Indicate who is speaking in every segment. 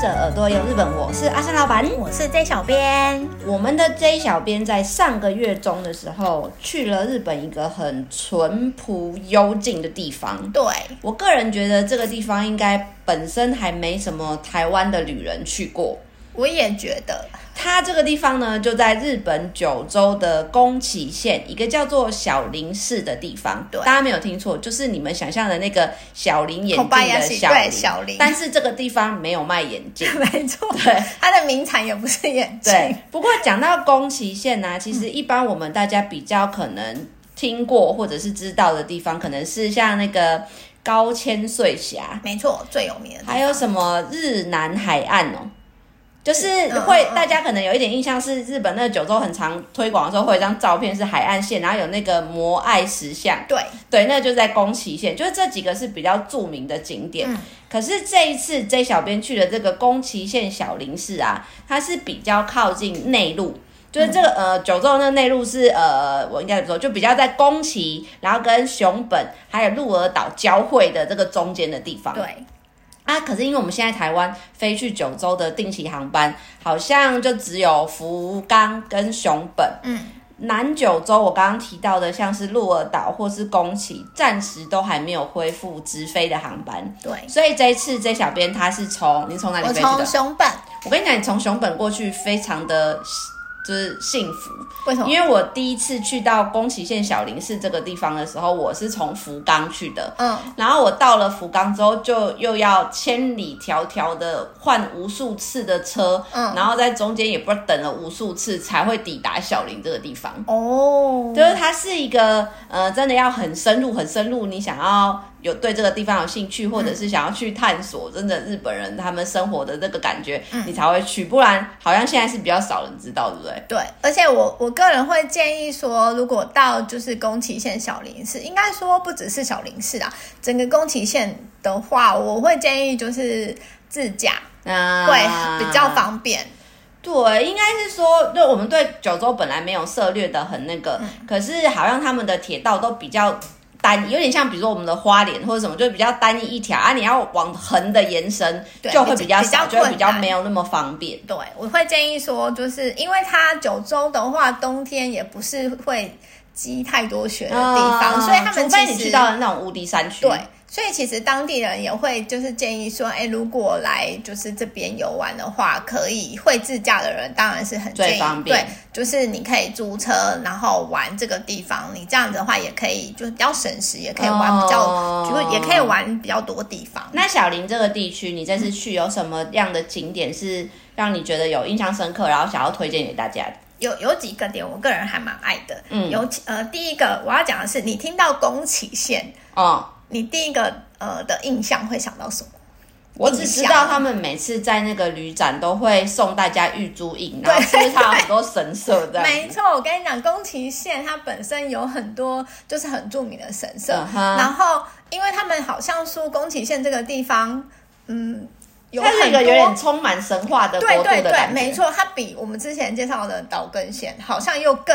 Speaker 1: 者耳朵游日本，我是阿三老板。
Speaker 2: 我是 J 小编，
Speaker 1: 我们的 J 小编在上个月中的时候去了日本一个很淳朴幽静的地方。
Speaker 2: 对，
Speaker 1: 我个人觉得这个地方应该本身还没什么台湾的旅人去过。
Speaker 2: 我也觉得，
Speaker 1: 它这个地方呢，就在日本九州的宫崎县一个叫做小林市的地方。
Speaker 2: 对
Speaker 1: 大家没有听错，就是你们想象的那个小林眼镜的
Speaker 2: Kobayashi，
Speaker 1: 小林。
Speaker 2: 对小林
Speaker 1: 但是这个地方没有卖眼镜。
Speaker 2: 没错，
Speaker 1: 对，
Speaker 2: 它的名产也不是眼镜，
Speaker 1: 对，不过讲到宫崎县呢、啊
Speaker 2: 嗯
Speaker 1: 其实一般我们大家比较可能听过或者是知道的地方，可能是像那个高千穗峡，
Speaker 2: 没错，最有名的地方
Speaker 1: 还有什么日南海岸哦。就是
Speaker 2: 嗯
Speaker 1: 会
Speaker 2: 嗯，嗯
Speaker 1: 大家可能有一点印象是日本那个九州很常推广的时候，会有一张照片是海岸线，然后有那个摩艾石像，
Speaker 2: 对，
Speaker 1: 对，那就在宫崎县，就是这几个是比较著名的景点。
Speaker 2: 嗯
Speaker 1: 可是这一次 J 小编去的这个宫崎县小林市啊，它是比较靠近内陆。就是这个呃，九州那个内陆是呃，我应该怎么说，就比较在宫崎，然后跟熊本还有鹿儿岛交汇的这个中间的地方。
Speaker 2: 对，
Speaker 1: 啊，可是因为我们现在台湾飞去九州的定期航班，好像就只有福冈跟熊本。
Speaker 2: 嗯，
Speaker 1: 南九州我刚刚提到的，像是鹿儿岛或是宫崎，暂时都还没有恢复直飞的航班。
Speaker 2: 对，
Speaker 1: 所以这一次 J 小编他是从你从哪里
Speaker 2: 我
Speaker 1: 飞去的
Speaker 2: 从？熊本，
Speaker 1: 我跟你讲，你从熊本过去非常的就是幸福，
Speaker 2: 为什么？
Speaker 1: 因为我第一次去到宫崎县小林市这个地方的时候，我是从福冈去的。
Speaker 2: 嗯，
Speaker 1: 然后我到了福冈之后，就又要千里迢迢的换无数次的车，
Speaker 2: 嗯
Speaker 1: 然后在中间也不知道等了无数次才会抵达小林这个地方。
Speaker 2: 哦，
Speaker 1: 就是它是一个呃，真的要很深入、很深入，你想要有对这个地方有兴趣，或者是想要去探索，真的日本人他们生活的这个感觉，
Speaker 2: 嗯
Speaker 1: 你才会去。不然好像现在是比较少人知道，对不对？
Speaker 2: 对，而且我我个人会建议说，如果到就是宫崎县小林市，应该说不只是小林市啊，整个宫崎县的话，我会建议就是自驾
Speaker 1: 那
Speaker 2: 会比较方便。
Speaker 1: 对，应该是说，对我们对九州本来没有涉略的很那个，
Speaker 2: 嗯
Speaker 1: 可是好像他们的铁道都比较单一，有点像比如说我们的花莲或者什么，就比较单一一条啊，你要往横的延伸
Speaker 2: 对
Speaker 1: 就会
Speaker 2: 比
Speaker 1: 比较
Speaker 2: 比较
Speaker 1: 少，就会比
Speaker 2: 困
Speaker 1: 较
Speaker 2: 难
Speaker 1: 没有那么方便。
Speaker 2: 对，我会建议说，就是因为它九州的话，冬天也不是会积太多雪的地方，
Speaker 1: 嗯
Speaker 2: 所以他们
Speaker 1: 除非你
Speaker 2: 其
Speaker 1: 去
Speaker 2: 实
Speaker 1: 到那种无敌山区，
Speaker 2: 对，所以其实当地人也会就是建议说，哎，如果来就是这边游玩的话，可以会自驾的人当然是很
Speaker 1: 最
Speaker 2: 建议
Speaker 1: 方便
Speaker 2: 对，就是你可以租车，然后玩这个地方，你这样子的话也可以就是比较省时，也可以玩比较，
Speaker 1: 哦
Speaker 2: 就是也可以玩比较多地方。
Speaker 1: 那小林这个地区，你这次去有什么样的景点是让你觉得有印象深刻，然后想要推荐给大家的？
Speaker 2: 有有几个点，我个人还蛮爱的，
Speaker 1: 嗯
Speaker 2: 尤其呃，第一个我要讲的是，你听到宫崎县，
Speaker 1: 哦，
Speaker 2: 你第一个呃的印象会想到什么？
Speaker 1: 我只知
Speaker 2: 印
Speaker 1: 道
Speaker 2: 象
Speaker 1: 他们每次在那个旅展都会送大家玉珠印，然后是不是它有很多神社这样子？
Speaker 2: 没错，我跟你讲，宫崎县它本身有很多就是很著名的神社
Speaker 1: 嗯哼
Speaker 2: 然后因为他们好像说宫崎县这个地方，嗯，有
Speaker 1: 它是
Speaker 2: 很
Speaker 1: 一个
Speaker 2: 多
Speaker 1: 有点充满神话的国
Speaker 2: 对
Speaker 1: 度
Speaker 2: 对
Speaker 1: 的感
Speaker 2: 对，
Speaker 1: 觉，
Speaker 2: 没，错，它比我们之前介绍的岛根县好像又更，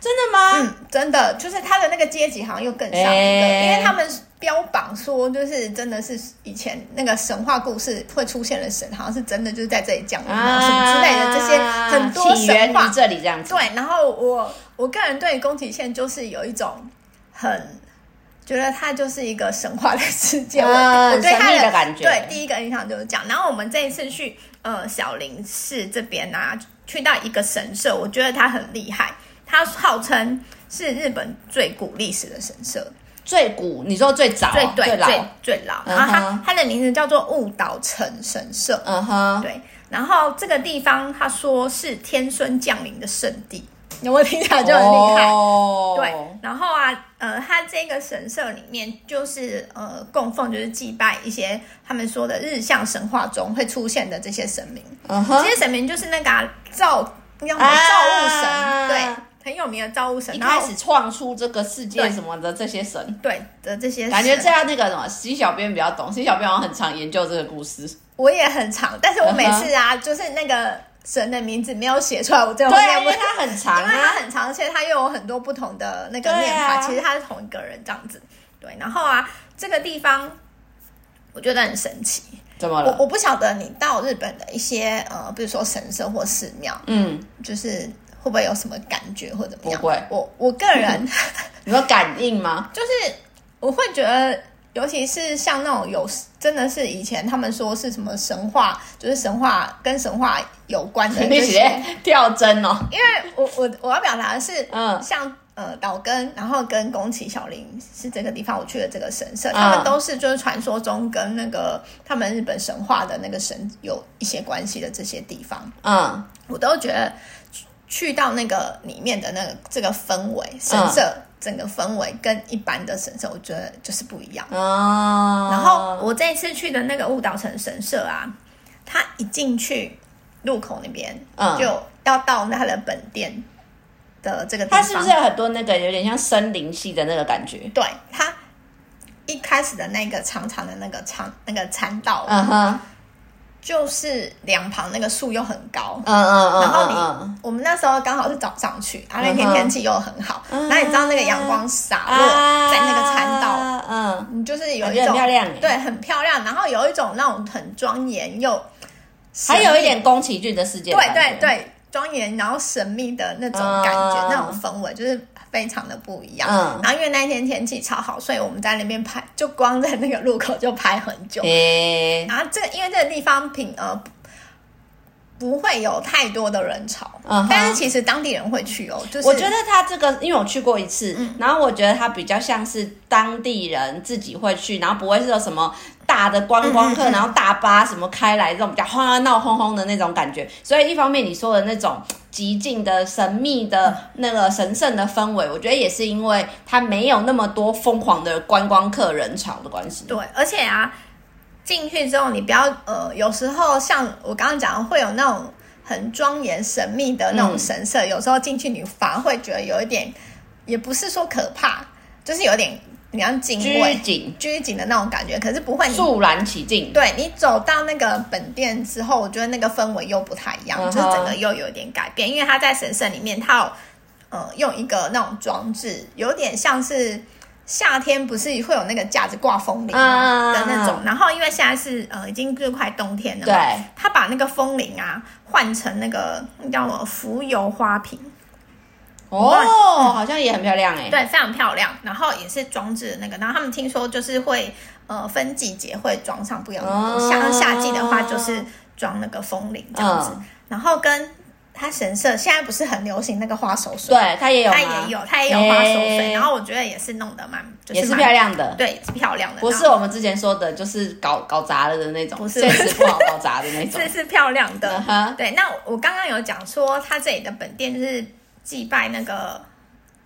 Speaker 1: 真的吗？
Speaker 2: 嗯，真的就是它的那个阶级好像又更上一个，
Speaker 1: 哎
Speaker 2: 因为他们标榜说就是真的是以前那个神话故事会出现的神，好像是真的就是在这里降临啊什么之类的这些很多
Speaker 1: 啊起源
Speaker 2: 神话
Speaker 1: 于，这里这样子，
Speaker 2: 对，然后我我个人对宫崎县就是有一种很觉得它就是一个神话的世界，
Speaker 1: 嗯
Speaker 2: 我我对
Speaker 1: 神
Speaker 2: 它
Speaker 1: 秘的感觉
Speaker 2: 对第一个印象就是这样。然后我们这一次去呃小林市这边啊，去到一个神社，我觉得它很厉害，它号称是日本最古历史的神社，
Speaker 1: 最古，你说最早啊、
Speaker 2: 最
Speaker 1: 最
Speaker 2: 对最
Speaker 1: 老，
Speaker 2: 最老。
Speaker 1: 嗯哼
Speaker 2: 然后它它的名字叫做雾岛城神社，
Speaker 1: 嗯哼，
Speaker 2: 对。然后这个地方，他说是天孙降临的圣地，有没有听起来就很厉害？
Speaker 1: 哦、
Speaker 2: 对，然后啊，呃，它这个神社里面就是呃供奉，就是祭拜一些他们说的日向神话中会出现的这些神明。
Speaker 1: 嗯哼
Speaker 2: 这，些神明就是那个、啊、造，那叫什么
Speaker 1: 啊
Speaker 2: 造物神，对，很有名的造物神。
Speaker 1: 一
Speaker 2: 然
Speaker 1: 开
Speaker 2: 后
Speaker 1: 始创出这个世界
Speaker 2: 对
Speaker 1: 什么的这些神，
Speaker 2: 对的这些神，
Speaker 1: 感觉这样那个什么西小编比较懂，西小编好像很常研究这个故事。
Speaker 2: 我也很长，但是我每
Speaker 1: 嗯哼
Speaker 2: 次啊，就是那个神的名字没有写出来，我真的
Speaker 1: 对
Speaker 2: 会
Speaker 1: 啊，因
Speaker 2: 念不
Speaker 1: 为它很长
Speaker 2: 因为它
Speaker 1: 啊。
Speaker 2: 很长，而且它又有很多不同的那个
Speaker 1: 对啊
Speaker 2: 念法，其实它是同一个人这样子。对，然后啊，这个地方我觉得很神奇，
Speaker 1: 怎么
Speaker 2: 我
Speaker 1: 了？
Speaker 2: 我不晓得你到日本的一些呃，比如说神社或寺庙，
Speaker 1: 嗯，
Speaker 2: 就是会不会有什么感觉或怎么样？
Speaker 1: 不会
Speaker 2: 我我个人
Speaker 1: 你说感应吗？
Speaker 2: 就是我会觉得，尤其是像那种有真的是以前他们说是什么神话，就是神话跟神话有关的
Speaker 1: 你
Speaker 2: 这
Speaker 1: 直
Speaker 2: 些，
Speaker 1: 接跳针哦。
Speaker 2: 因为我我我要表达的是，
Speaker 1: 嗯
Speaker 2: 像呃岛根，然后跟宫崎小林是这个地方，我去的这个神社，
Speaker 1: 嗯
Speaker 2: 他们都是就是传说中跟那个他们日本神话的那个神有一些关系的这些地方，
Speaker 1: 嗯
Speaker 2: 我都觉得去去到那个里面的那个这个氛围，神社
Speaker 1: 嗯
Speaker 2: 整个氛围跟一般的神社，我觉得就是不一样。
Speaker 1: 哦，
Speaker 2: 然后我这一次去的那个雾岛城神社啊，它一进去路口那边，
Speaker 1: 嗯
Speaker 2: 就要到它的本店的这个地
Speaker 1: 它
Speaker 2: 方，
Speaker 1: 是不是有很多那个有点像森林系的那个感觉？
Speaker 2: 对它一开始的那个长长的那个长那个餐道，
Speaker 1: 嗯哼，
Speaker 2: 就是两旁那个树又很高
Speaker 1: 嗯。嗯嗯，
Speaker 2: 然后你，
Speaker 1: 嗯
Speaker 2: 我们那时候刚好是早上去，啊，那
Speaker 1: 嗯
Speaker 2: 天
Speaker 1: 哼
Speaker 2: 天气又很好，
Speaker 1: 嗯
Speaker 2: 然后你知道那个阳光洒
Speaker 1: 嗯
Speaker 2: 落在那个餐道，
Speaker 1: 啊嗯，
Speaker 2: 你就是有
Speaker 1: 感
Speaker 2: 一
Speaker 1: 觉很
Speaker 2: 种
Speaker 1: 漂亮耶
Speaker 2: 对，很漂亮，然后有一种那种很庄严又神
Speaker 1: 还
Speaker 2: 秘
Speaker 1: 有一点宫崎骏的世界，
Speaker 2: 对对，对，庄严然后神秘的那种感
Speaker 1: 嗯
Speaker 2: 觉，那种氛围就是非常的不一样。
Speaker 1: 嗯
Speaker 2: 然后因为那天天气超好，所以我们在那边拍，就光在那个路口就拍很久。
Speaker 1: 嗯诶，
Speaker 2: 然后这因为这个地方平呃不不会有太多的人潮，
Speaker 1: 嗯哼
Speaker 2: 但是其实当地人会去哦，就是嗯
Speaker 1: 我觉得它这个，因为我去过一次，然后我觉得它比较像是当地人自己会去，然后不会是有什么大的观光
Speaker 2: 嗯
Speaker 1: 客，然后大巴什么开来这种比较哗闹哄哄的那种感觉。所以一方面你说的那种极尽的神秘的那个神圣的氛围，我觉得也是因为它没有那么多疯狂的观光客人潮的关系。
Speaker 2: 对，而且啊，进去之后你不要呃，有时候像我刚刚讲的，会有那种很庄严神秘的那种
Speaker 1: 嗯
Speaker 2: 神社，有时候进去你反而会觉得有一点，也不是说可怕，就是有点你要敬
Speaker 1: 拘
Speaker 2: 畏、
Speaker 1: 谨，
Speaker 2: 拘谨的那种感觉，可是不会你。
Speaker 1: 肃然起敬。
Speaker 2: 对你走到那个本店之后，我觉得那个氛围又不太一样
Speaker 1: 嗯哼
Speaker 2: 就是整个又有点改变，因为它在神社里面，它有呃用一个那种装置，有点像是夏天不是会有那个架子挂风铃
Speaker 1: 嗯
Speaker 2: 吗的那种，然后因为现在是呃已经是快冬天了嘛，
Speaker 1: 对，
Speaker 2: 他把那个风铃啊换成那个那叫什么浮游花瓶，
Speaker 1: 哦，好像也很漂亮哎、
Speaker 2: 对，非常漂亮，然后也是装置的那个，然后他们听说就是会呃分季节会装上不一样的东西，
Speaker 1: 哦
Speaker 2: 像夏季的话就是装那个风铃这样子，
Speaker 1: 嗯
Speaker 2: 然后跟它神社现在不是很流行那个花手水，
Speaker 1: 对，它也有吗，哎
Speaker 2: 它也有它也有花手水，
Speaker 1: 嘿
Speaker 2: 然后我觉得也是弄得蛮就
Speaker 1: 也是
Speaker 2: 蛮
Speaker 1: 漂，亮的。
Speaker 2: 对，也是漂亮的，
Speaker 1: 不是
Speaker 2: 然后
Speaker 1: 我们之前说的，就是搞搞砸了的那种，
Speaker 2: 不是
Speaker 1: 现实不好搞砸的那种
Speaker 2: 是。是漂亮的，
Speaker 1: 嗯哼
Speaker 2: 对，那我刚刚有讲说，他这里的本店就是祭拜那个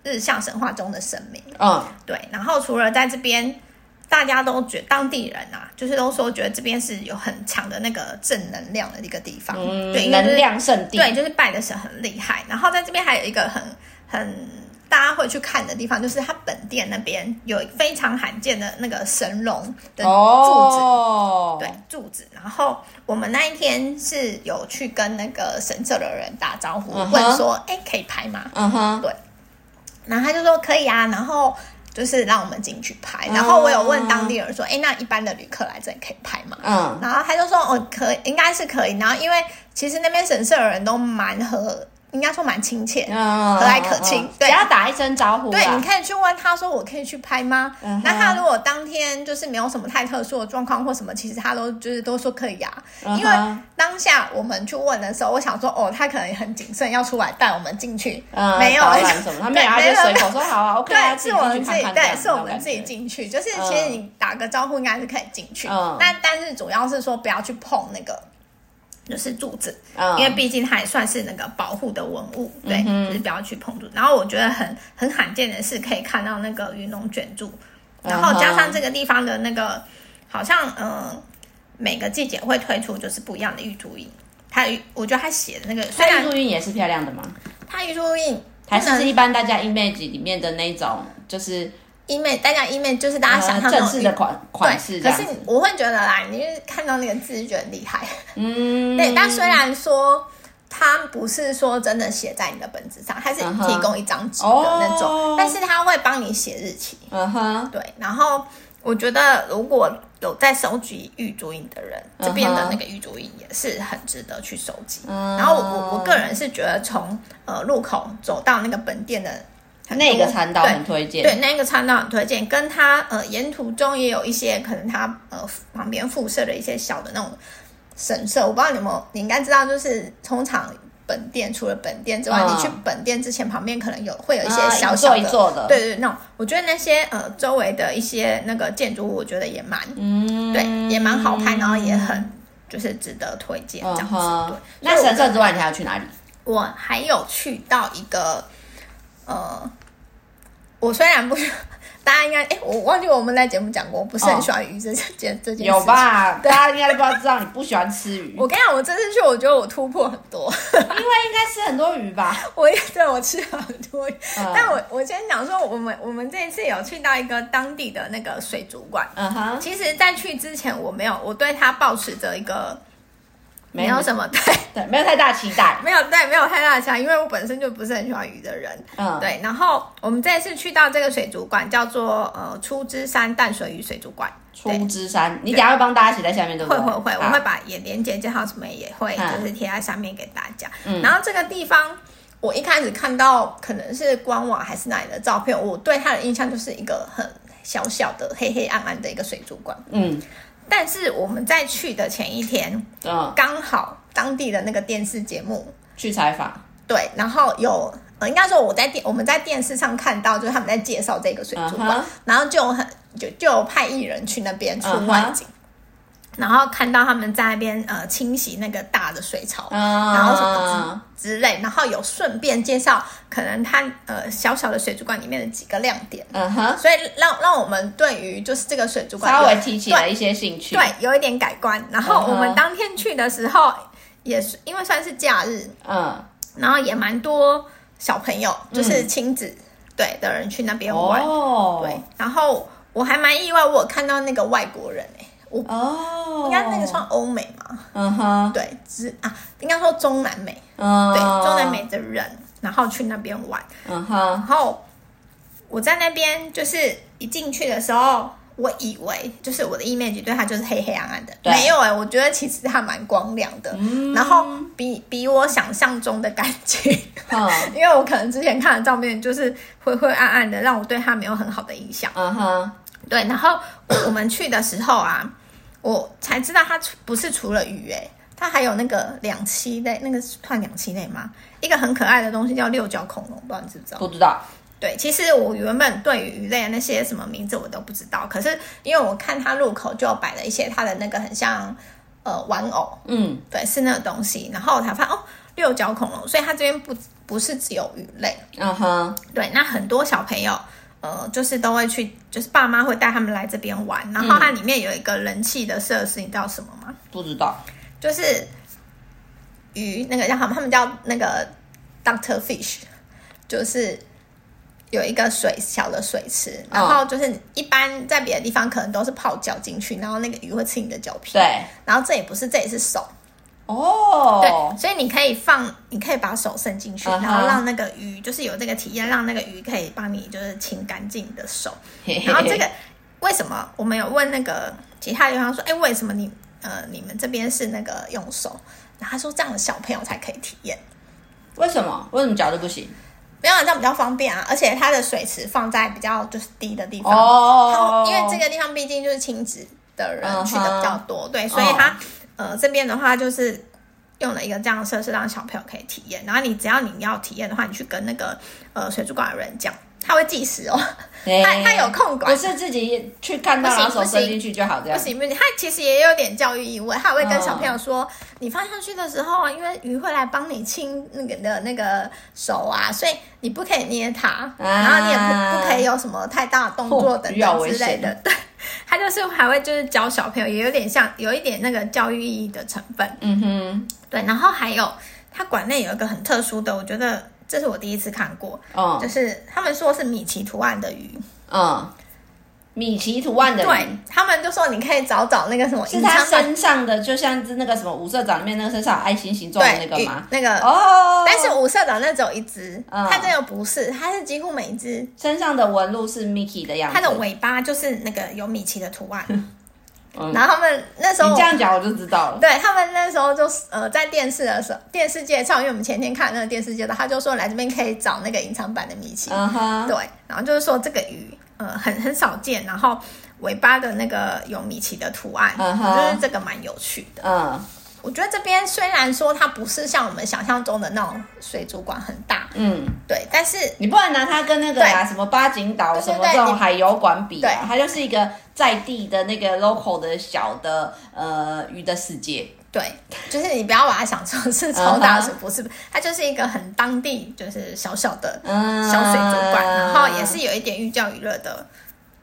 Speaker 2: 日向神话中的神明，
Speaker 1: 嗯，
Speaker 2: 对。然后除了在这边，大家都觉当地人啊，就是都说觉得这边是有很强的那个正能量的一个地方，对，
Speaker 1: 嗯，
Speaker 2: 因为就是
Speaker 1: 能量圣地。
Speaker 2: 对，就是拜的神很厉害。然后在这边还有一个很很大家会去看的地方，就是它本店那边有非常罕见的那个神龙的柱子。
Speaker 1: 哦，
Speaker 2: 对，柱子。然后我们那一天是有去跟那个神社的人打招呼
Speaker 1: 嗯哼
Speaker 2: 问说，哎、可以拍吗？
Speaker 1: 嗯哼，
Speaker 2: 然后他就说可以啊，然后就是让我们进去拍。
Speaker 1: 哦
Speaker 2: 然后我有问当地人说，哎、那一般的旅客来这里可以拍吗？
Speaker 1: 嗯，
Speaker 2: 然后他就说，哦，可以，应该是可以。然后因为其实那边神社的人都蛮和，应该说蛮亲切。
Speaker 1: 嗯，
Speaker 2: 和蔼可亲
Speaker 1: 嗯嗯
Speaker 2: 对
Speaker 1: 只要打一声招呼啦。
Speaker 2: 对，你可以去问他说：“我可以去拍吗？”
Speaker 1: 嗯哼
Speaker 2: 那他如果当天就是没有什么太特殊的状况或什么，其实他都就是都说可以啊。
Speaker 1: 嗯哼，
Speaker 2: 因为当下我们去问的时候，我想说，哦，他可能也很谨慎，要出来带我们进去，
Speaker 1: 嗯
Speaker 2: 没有
Speaker 1: 导览什么，他没有，他
Speaker 2: 对
Speaker 1: 就随
Speaker 2: 没
Speaker 1: 口说好 啊，OK 啊，
Speaker 2: 对，
Speaker 1: 自
Speaker 2: 是
Speaker 1: 己
Speaker 2: 我
Speaker 1: 进
Speaker 2: 们
Speaker 1: 去
Speaker 2: 自
Speaker 1: 看
Speaker 2: 己，
Speaker 1: 看这样
Speaker 2: 对，
Speaker 1: 子
Speaker 2: 是我们自己。
Speaker 1: 那种感觉
Speaker 2: 进去，就是其实你打个招呼应该是可以进去，
Speaker 1: 嗯
Speaker 2: 那但是主要是说不要去碰那个。就是柱子，
Speaker 1: 嗯，
Speaker 2: 因为毕竟它也算是那个保护的文物，对，
Speaker 1: 嗯哼
Speaker 2: 就是不要去碰住。然后我觉得很很罕见的是，可以看到那个云龙卷柱，然
Speaker 1: 嗯
Speaker 2: 后加上这个地方的那个，好像嗯、呃每个季节会推出就是不一样的玉竹印。它我觉得它写的那个，虽
Speaker 1: 它玉
Speaker 2: 然
Speaker 1: 珠印也是漂亮的嘛，
Speaker 2: 它玉竹印
Speaker 1: 还
Speaker 2: 不能
Speaker 1: 是一般大家 image 里面的那种，就是
Speaker 2: 医美，大家医美就是大家想
Speaker 1: 呃
Speaker 2: 象那
Speaker 1: 正
Speaker 2: 种
Speaker 1: 式的款款式这
Speaker 2: 对，可
Speaker 1: 样
Speaker 2: 是
Speaker 1: 子。
Speaker 2: 我会觉得啦，你就是看到那个字就觉得很厉害。
Speaker 1: 嗯，
Speaker 2: 对，但虽然说它不是说真的写在你的本子上，它是
Speaker 1: 嗯哼
Speaker 2: 提供一张纸的那种，
Speaker 1: 哦
Speaker 2: 但是它会帮你写日期。
Speaker 1: 嗯哼，
Speaker 2: 对，然后我觉得如果有在收集玉竹影的人，这边的那个玉竹影也是很值得去收集。
Speaker 1: 嗯
Speaker 2: 然后我我我个人是觉得从呃路口走到那个本店的很多
Speaker 1: 那个餐道
Speaker 2: 对
Speaker 1: 很推荐，
Speaker 2: 对，那个餐道很推荐，跟它呃沿途中也有一些可能它呃旁边附设的一些小的那种神社，我不知道你有没有，你应该知道，就是通常本店除了本店之外，
Speaker 1: 嗯
Speaker 2: 你去本店之前旁边可能有会有一些
Speaker 1: 啊
Speaker 2: 小
Speaker 1: 一
Speaker 2: 小
Speaker 1: 座
Speaker 2: 的，
Speaker 1: 一座的，
Speaker 2: 对对，那种我觉得那些呃周围的一些那个建筑物，我觉得也蛮
Speaker 1: 嗯，
Speaker 2: 对，也蛮好看，然后也很就是值得推荐这
Speaker 1: 嗯
Speaker 2: 样子。
Speaker 1: 哼。
Speaker 2: 对，
Speaker 1: 那
Speaker 2: 所以
Speaker 1: 神社之外，你还要去哪里？
Speaker 2: 我还有去到一个，呃，我虽然不是，大家应该哎、诶我忘记我们在节目讲过，我不是很喜欢鱼这这件、这件事情
Speaker 1: 有？吧？大家应该都不知道，知道你不喜欢吃鱼，
Speaker 2: 我跟你讲，我这次去，我觉得我突破很多，
Speaker 1: 因为应该吃很多鱼吧？
Speaker 2: 我也对我吃了很多鱼。
Speaker 1: 嗯
Speaker 2: 但我我先讲说，我们我们这一次有去到一个当地的那个水族馆。
Speaker 1: 嗯哼，
Speaker 2: 其实，在去之前，我没有，我对它保持着一个没有
Speaker 1: 么，
Speaker 2: 什么对，
Speaker 1: 对，没有太大期待。
Speaker 2: 没有对，没有太大的期待，因为我本身就不是很喜欢鱼的人。
Speaker 1: 嗯，
Speaker 2: 对，然后我们这一次去到这个水族馆，叫做呃出之山淡水鱼水族馆。对
Speaker 1: 出之山，你等一下会帮大家写在下面，对不
Speaker 2: 会
Speaker 1: 对？
Speaker 2: 会会，我
Speaker 1: 好
Speaker 2: 会把也连接介绍什么也会，
Speaker 1: 嗯
Speaker 2: 就是贴在上面给大家。然后这个地方，我一开始看到可能是官网还是哪里的照片，我对它的印象就是一个很小小的、黑黑暗暗的一个水族馆。
Speaker 1: 嗯
Speaker 2: 但是我们在去的前一天，
Speaker 1: 嗯，
Speaker 2: 刚好当地的那个电视节目
Speaker 1: 去采访，
Speaker 2: 对，然后有呃，应该说我在电我们在电视上看到，就是他们在介绍这个水族馆
Speaker 1: 嗯哼
Speaker 2: 然后就有很就就有派艺人去那边出外
Speaker 1: 嗯
Speaker 2: 景然后看到他们在那边呃清洗那个大的水槽。
Speaker 1: 嗯，
Speaker 2: 然后什么之之类，然后有顺便介绍可能它呃小小的水族馆里面的几个亮点，
Speaker 1: 嗯哼，
Speaker 2: 所以让让我们对于就是这个水族馆
Speaker 1: 稍微
Speaker 2: 有
Speaker 1: 提起
Speaker 2: 对
Speaker 1: 了一些兴趣。
Speaker 2: 对，有一点改观。然
Speaker 1: 嗯
Speaker 2: 后
Speaker 1: 哼
Speaker 2: 我们当天去的时候也是因为算是假日，
Speaker 1: 嗯，
Speaker 2: 然后也蛮多小朋友，就是亲子、对的人去那边玩。
Speaker 1: 哦，
Speaker 2: 对，，然后我还蛮意外，我有看到那个外国人哎、我
Speaker 1: 哦，
Speaker 2: 应该那个算，欧美嘛？
Speaker 1: 嗯哼，
Speaker 2: 对，只啊，应该说中南美，
Speaker 1: 嗯，
Speaker 2: 对，中南，美的人，然后去那边玩。
Speaker 1: 嗯哼，
Speaker 2: 然后我在那边就是一进去的时候。我以为就是我的 image 对它就是黑黑暗暗的，
Speaker 1: 对
Speaker 2: 没有哎、我觉得其实它蛮光亮的，然后比比我想象中的干净，
Speaker 1: 嗯
Speaker 2: 因为我可能之前看的照片就是灰灰暗暗的，让我对他没有很好的印象。
Speaker 1: 嗯哼，
Speaker 2: 对，然后我们去的时候啊，我才知道它除不是除了鱼、欸，它还有那个两栖类，那个是算两栖类吗？一个很可爱的东西叫六角恐龙，不知道你知不知道？
Speaker 1: 不知道，
Speaker 2: 对，其实我原本对于鱼类的那些什么名字我都不知道，可是因为我看它入口就摆了一些它的那个很像呃玩偶，
Speaker 1: 嗯
Speaker 2: 对，是那个东西，然后我才发现哦，六角恐龙，所以它这边不不是只有鱼类，
Speaker 1: 嗯哼，
Speaker 2: 对，那很多小朋友，呃，就是都会去，就是爸妈会带他们来这边玩，然后它里面有一个人气的设施，你知道什么吗？
Speaker 1: 不知道，
Speaker 2: 就是鱼，那个叫他们，他们叫那个 Doctor Fish，就是。有一个水小的水池，然后就是一般在别的地方可能都是泡脚进去，然后那个鱼会吃你的脚皮。，
Speaker 1: 对，
Speaker 2: 然后这也不是，这也是手，
Speaker 1: 哦
Speaker 2: 对，，所以你可以放，你可以把手伸进去
Speaker 1: 嗯哼
Speaker 2: 然后让那个鱼就是有这个体验，让那个鱼可以帮你就是清干净你的手。
Speaker 1: 嘿嘿
Speaker 2: 然后这
Speaker 1: 嘿
Speaker 2: 个为什么我们有问那个其他地方说，哎，为什么你呃你们这边是那个用手？然后他说这样的小朋友才可以体验，
Speaker 1: 为什么为什么脚就不行？
Speaker 2: 没有啊这样比较方便啊，而且它的水池放在比较就是低的地方，
Speaker 1: 哦
Speaker 2: 它因为这个地方毕竟就是亲子的
Speaker 1: 嗯
Speaker 2: 人
Speaker 1: 哼
Speaker 2: 去的比较多，对，所以它、呃这边的话就是用了一个这样的设施让小朋友可以体验，然后你只要你要体验的话，你去跟那个呃水族馆的人讲，他会计时哦，他
Speaker 1: 嘿
Speaker 2: 他有空
Speaker 1: 不。
Speaker 2: 管
Speaker 1: 是自己去看到
Speaker 2: 不行
Speaker 1: 然后手
Speaker 2: 不行
Speaker 1: 伸进去就好这
Speaker 2: 不
Speaker 1: 样，
Speaker 2: 行不行，他其实也有点教育意味，他会跟小朋友说，
Speaker 1: 哦
Speaker 2: 你放下去的时候啊，因为鱼会来帮你清那个你的那个手啊，所以你不可以捏它，然后你也不不可以有什么太大的动
Speaker 1: 啊
Speaker 2: 作
Speaker 1: 哦
Speaker 2: 等
Speaker 1: 鱼好
Speaker 2: 等
Speaker 1: 危
Speaker 2: 之类
Speaker 1: 险
Speaker 2: 的。对，他就是还会就是教小朋友，也有点像有一点那个教育意义的成分。
Speaker 1: 嗯哼，
Speaker 2: 对，然后还有它馆内有一个很特殊的，我觉得这是我第一次看过，就
Speaker 1: 嗯
Speaker 2: 是他们说是米奇图案的鱼，
Speaker 1: 嗯，米奇图案的
Speaker 2: 对
Speaker 1: 人。
Speaker 2: 他们就说你可以找找那个什么
Speaker 1: 是
Speaker 2: 隐
Speaker 1: 他
Speaker 2: 藏版
Speaker 1: 身上的，就像是那个什么武社长里面那个身上有爱心形状的
Speaker 2: 对
Speaker 1: 那个吗？
Speaker 2: 鱼那个，
Speaker 1: 哦，
Speaker 2: 但是五色的那只有一只，
Speaker 1: 嗯
Speaker 2: 它这个不是，它是几乎每一只，
Speaker 1: 身上的纹路是 Mickey 的样子，
Speaker 2: 它的尾巴就是那个有米奇的图案。
Speaker 1: 嗯
Speaker 2: 然后他们那时候
Speaker 1: 你
Speaker 2: 我
Speaker 1: 这样讲我就知道了。
Speaker 2: 对他们那时候就是呃，在电视的时候，电视介绍，因为我们前天看那个电视介绍，他就说来这边可以找那个隐藏版的米奇，
Speaker 1: 嗯哼，
Speaker 2: 对，然后就是说这个鱼呃很 很少见，然后尾巴的那个有米奇的图案，
Speaker 1: 嗯哼
Speaker 2: 就是这个蛮有趣的。
Speaker 1: 嗯
Speaker 2: 我觉得这边虽然说它不是像我们想象中的那种水族馆很大，
Speaker 1: 嗯，
Speaker 2: 对，但是
Speaker 1: 你不能拿它跟那个啊什么八景岛
Speaker 2: 对
Speaker 1: 什
Speaker 2: 对
Speaker 1: 么这
Speaker 2: 对
Speaker 1: 种
Speaker 2: 你
Speaker 1: 海游馆比啊，
Speaker 2: 对
Speaker 1: 它就是一个在地的那个 local 的小的呃鱼的世界。
Speaker 2: 对，就是你不要把它想成是超大水不是，它就是一个很当地就是小小的
Speaker 1: 嗯，
Speaker 2: 小水族馆，然后也是有一点寓教于乐的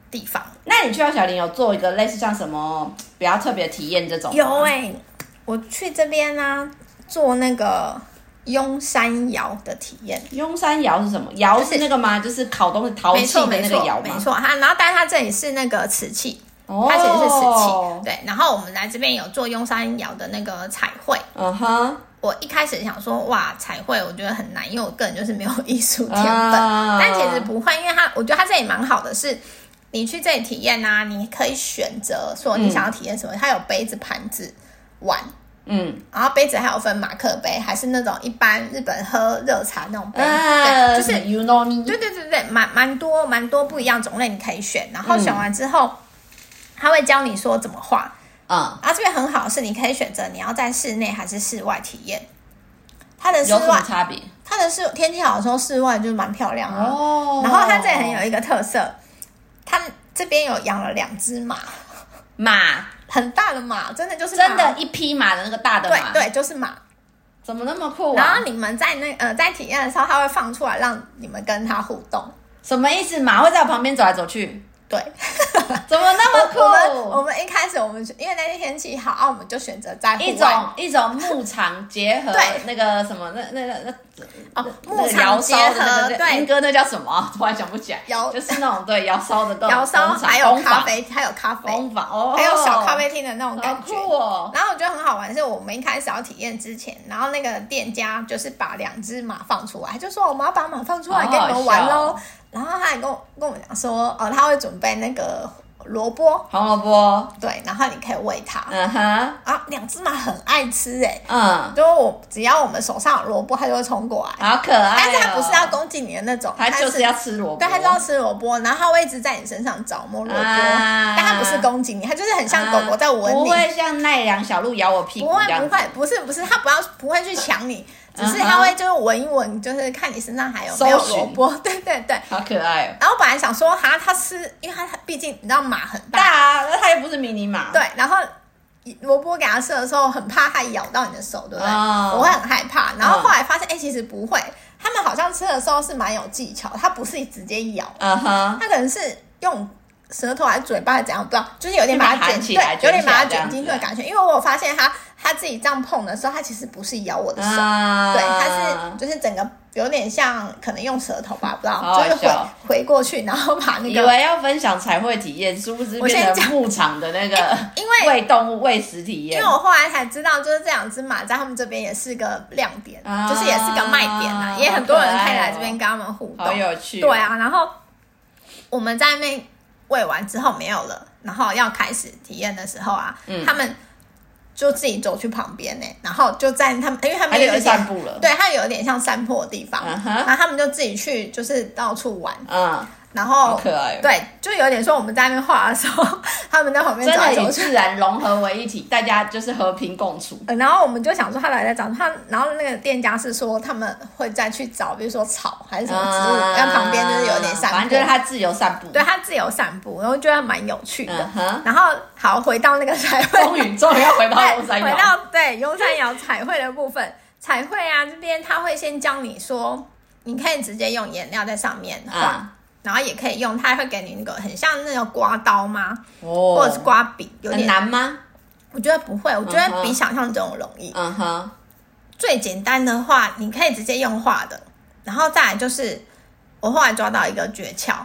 Speaker 2: 地方。
Speaker 1: 那你去到小林有做一个类似像什么比较特别的体验这种吗？
Speaker 2: 有哎、我去这边呢、做那个雍山窑的体验。
Speaker 1: 雍山窑是什么？窑
Speaker 2: 就是
Speaker 1: 是那个吗？就是烤东西陶
Speaker 2: 没
Speaker 1: 器
Speaker 2: 错，
Speaker 1: 的
Speaker 2: 没
Speaker 1: 那个
Speaker 2: 错
Speaker 1: 窑，
Speaker 2: 没
Speaker 1: 吗？
Speaker 2: 错。它然后，但是它这里是那个瓷器，
Speaker 1: 哦
Speaker 2: 它其实是瓷器。对，然后我们来这边有做雍山窑的那个彩绘。
Speaker 1: 嗯哼，
Speaker 2: 我一开始想说，哇，彩绘我觉得很难，因为我个人就是没有艺术天分。
Speaker 1: 啊
Speaker 2: 但其实不会，因为它，我觉得它这里蛮好的是，你去这里体验啊，你可以选择说你想要体验什么，它有杯子、盘子、碗，
Speaker 1: 嗯
Speaker 2: 然后杯子还有分马克杯，还是那种一般日本喝热茶那种杯，
Speaker 1: 啊，
Speaker 2: 对，就是
Speaker 1: you know me，
Speaker 2: 对对对对，蛮蛮多蛮多不一样种类你可以选，然后选完之后，他会教你说怎么画，
Speaker 1: 嗯，
Speaker 2: 啊，这边很好是你可以选择你要在室内还是室外体验。它的室
Speaker 1: 有什么
Speaker 2: 外，
Speaker 1: 差别？
Speaker 2: 它的室天气好的时候室外就蛮漂亮啊。
Speaker 1: 哦
Speaker 2: 然后它这里很有一个特色，它这边有养了两只马，
Speaker 1: 马，
Speaker 2: 很大的马，真的就是马
Speaker 1: 真的，一匹马的那个大的
Speaker 2: 啊对
Speaker 1: 马，，
Speaker 2: 对，就是马。
Speaker 1: 怎么那么酷
Speaker 2: 然
Speaker 1: 啊
Speaker 2: 后？你们在那呃在体验的时候，它会放出来让你们跟它互动。
Speaker 1: 什么意思？马会在我旁边走来走去，
Speaker 2: 对，
Speaker 1: 怎么
Speaker 2: 我
Speaker 1: 那
Speaker 2: 们
Speaker 1: 么
Speaker 2: 我
Speaker 1: 酷？
Speaker 2: 们一开始我们因为那天天气好，啊，我们就选择在户
Speaker 1: 一种
Speaker 2: 外
Speaker 1: 一种牧场结 合
Speaker 2: 对
Speaker 1: 那个什么那那那那
Speaker 2: 哦，
Speaker 1: 那
Speaker 2: 牧
Speaker 1: 个窑
Speaker 2: 场结
Speaker 1: 烧的那
Speaker 2: 合
Speaker 1: 个英
Speaker 2: 对
Speaker 1: 哥那叫什么啊？突然想不起来，
Speaker 2: 窑
Speaker 1: 就是那种对窑烧 的那种
Speaker 2: 摇烧，
Speaker 1: 工厂
Speaker 2: 还有
Speaker 1: 工
Speaker 2: 咖
Speaker 1: 坊
Speaker 2: 啡，还有咖啡，
Speaker 1: 工坊哦，
Speaker 2: 还有小咖啡厅的那种
Speaker 1: 好
Speaker 2: 感
Speaker 1: 酷
Speaker 2: 觉。
Speaker 1: 哦！
Speaker 2: 然后我觉得很好玩，是我们一开始要体验之前，然后那个店家就是把两只马放出来，他就说我们要把马放出来
Speaker 1: 好
Speaker 2: 给你
Speaker 1: 哦好
Speaker 2: 们玩
Speaker 1: 笑
Speaker 2: 喽。然后他还跟我跟我们讲说，哦，他会准备那个萝卜，
Speaker 1: 红萝卜，
Speaker 2: 对，然后你可以喂它。
Speaker 1: 哦嗯哼，
Speaker 2: 啊，两只马很爱吃哎、
Speaker 1: 嗯，
Speaker 2: 就我只要我们手上有萝卜，它就会冲过来。
Speaker 1: 好可爱哦。
Speaker 2: 但是哎它不是要攻击你的那种，
Speaker 1: 它就是要吃萝卜，
Speaker 2: 对，它就要吃萝卜，然后它会一直在你身上找摸萝卜，
Speaker 1: 啊
Speaker 2: 但它不是攻击你，它就是很像狗狗在闻
Speaker 1: 不
Speaker 2: 你。
Speaker 1: 会像奈良小鹿咬我屁股
Speaker 2: 不会
Speaker 1: 这样
Speaker 2: 不
Speaker 1: 子。
Speaker 2: 会，不是不是，它不要不会去 抢你，只是
Speaker 1: 嗯哼
Speaker 2: 它会就是闻一闻，就是看你身上还有没有
Speaker 1: 搜寻
Speaker 2: 萝卜。对对对。
Speaker 1: 好可爱哦！
Speaker 2: 然后本来想说，哈，它吃，因为它毕竟你知道马很大，
Speaker 1: 大啊，那它又不是迷你马，
Speaker 2: 对，然后萝卜给它吃的时候，很怕它咬到你的手，对不对？
Speaker 1: 哦
Speaker 2: 我会很害怕。然后
Speaker 1: 嗯
Speaker 2: 后来发现，哎、其实不会，它们好像吃的时候是蛮有技巧，它不是直接咬，
Speaker 1: 嗯哼，
Speaker 2: 它可能是用舌头还是嘴巴还是怎样，不知道，就是有点把它
Speaker 1: 把它
Speaker 2: 卷
Speaker 1: 含起来
Speaker 2: 对，有点把它
Speaker 1: 卷起来
Speaker 2: 卷进去
Speaker 1: 这样
Speaker 2: 的
Speaker 1: 子
Speaker 2: 感觉。因为我有发现它它自己这样碰的时候，它其实不是咬我的手，
Speaker 1: 啊
Speaker 2: 对，它是就是整个有点像可能用舌头吧，不知道，
Speaker 1: 好好
Speaker 2: 就是回
Speaker 1: 笑
Speaker 2: 回过去，然后把那
Speaker 1: 啊以
Speaker 2: 个
Speaker 1: 为要分享彩绘体验，殊不知
Speaker 2: 我先
Speaker 1: 变成
Speaker 2: 讲
Speaker 1: 牧场的那 个
Speaker 2: 因为
Speaker 1: 喂动物喂食体
Speaker 2: 因
Speaker 1: 验
Speaker 2: 为。我后来才知道，就是这两只马在他们这边也是个亮点，
Speaker 1: 啊
Speaker 2: 就是也是个卖点啊，也很多人可以来这边跟他们互动，
Speaker 1: 好有趣哦
Speaker 2: 对啊，然后我们在那边喂完之后没有了，然后要开始体验的时候啊，
Speaker 1: 嗯
Speaker 2: 他们就自己走去旁边呢、然后就在他们，因为他
Speaker 1: 啊他
Speaker 2: 们
Speaker 1: 就
Speaker 2: 有
Speaker 1: 去
Speaker 2: 一
Speaker 1: 散
Speaker 2: 点，
Speaker 1: 步了，
Speaker 2: 对，他有点像山坡的地方，
Speaker 1: 嗯哼
Speaker 2: 然后他们就自己去就是到处玩，
Speaker 1: 嗯，
Speaker 2: 然
Speaker 1: 好
Speaker 2: 后
Speaker 1: 可爱哦。
Speaker 2: 对，就有点说我们在那边画的时候，他们在旁边
Speaker 1: 真
Speaker 2: 走来
Speaker 1: 的
Speaker 2: 走
Speaker 1: 与
Speaker 2: 去。
Speaker 1: 自然融合为一体，大家就是和平共处。
Speaker 2: 呃，然后我们就想说他来在找他，然后那个店家是说他们会再去找，比如说草还是什么植物，
Speaker 1: 嗯
Speaker 2: 然后旁边就是有点散步，
Speaker 1: 反正就是他自由散步。
Speaker 2: 对，他自由散步，然后觉得蛮有趣的。
Speaker 1: 嗯哼，哦
Speaker 2: 然后好，回到那个彩绘，
Speaker 1: 终于终于要回到
Speaker 2: 对
Speaker 1: 龙山
Speaker 2: 回
Speaker 1: 窑。
Speaker 2: 到对雍山窑彩绘的部分，彩绘啊这边他会先教你说，你可以直接用颜料在上面画，
Speaker 1: 啊，
Speaker 2: 然后也可以用，他会给你那个很像那个刮刀吗，
Speaker 1: 哦
Speaker 2: 或者是刮笔，有
Speaker 1: 很
Speaker 2: 点。
Speaker 1: 难吗？
Speaker 2: 我觉得不会，我觉得
Speaker 1: 嗯
Speaker 2: 比
Speaker 1: 哼
Speaker 2: 想象中容易。
Speaker 1: 嗯哼，
Speaker 2: 最简单的话，你可以直接用画的。然后再来就是，我后来抓到一个诀窍，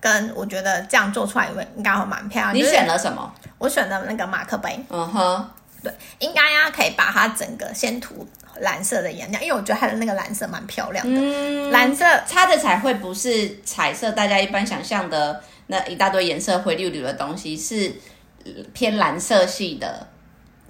Speaker 2: 跟我觉得这样做出来应该应该会蛮漂亮。
Speaker 1: 你
Speaker 2: 就是
Speaker 1: 选了什么？
Speaker 2: 我选的那个马克杯，
Speaker 1: 嗯哼，
Speaker 2: 对，应该呀可以把它整个先涂蓝色的颜料，因为我觉得它的那个蓝色蛮漂亮的。
Speaker 1: 嗯，
Speaker 2: 蓝色
Speaker 1: 它的彩绘不是彩色，大家一般想象的那一大堆颜色灰溜溜的东西，是偏蓝色系的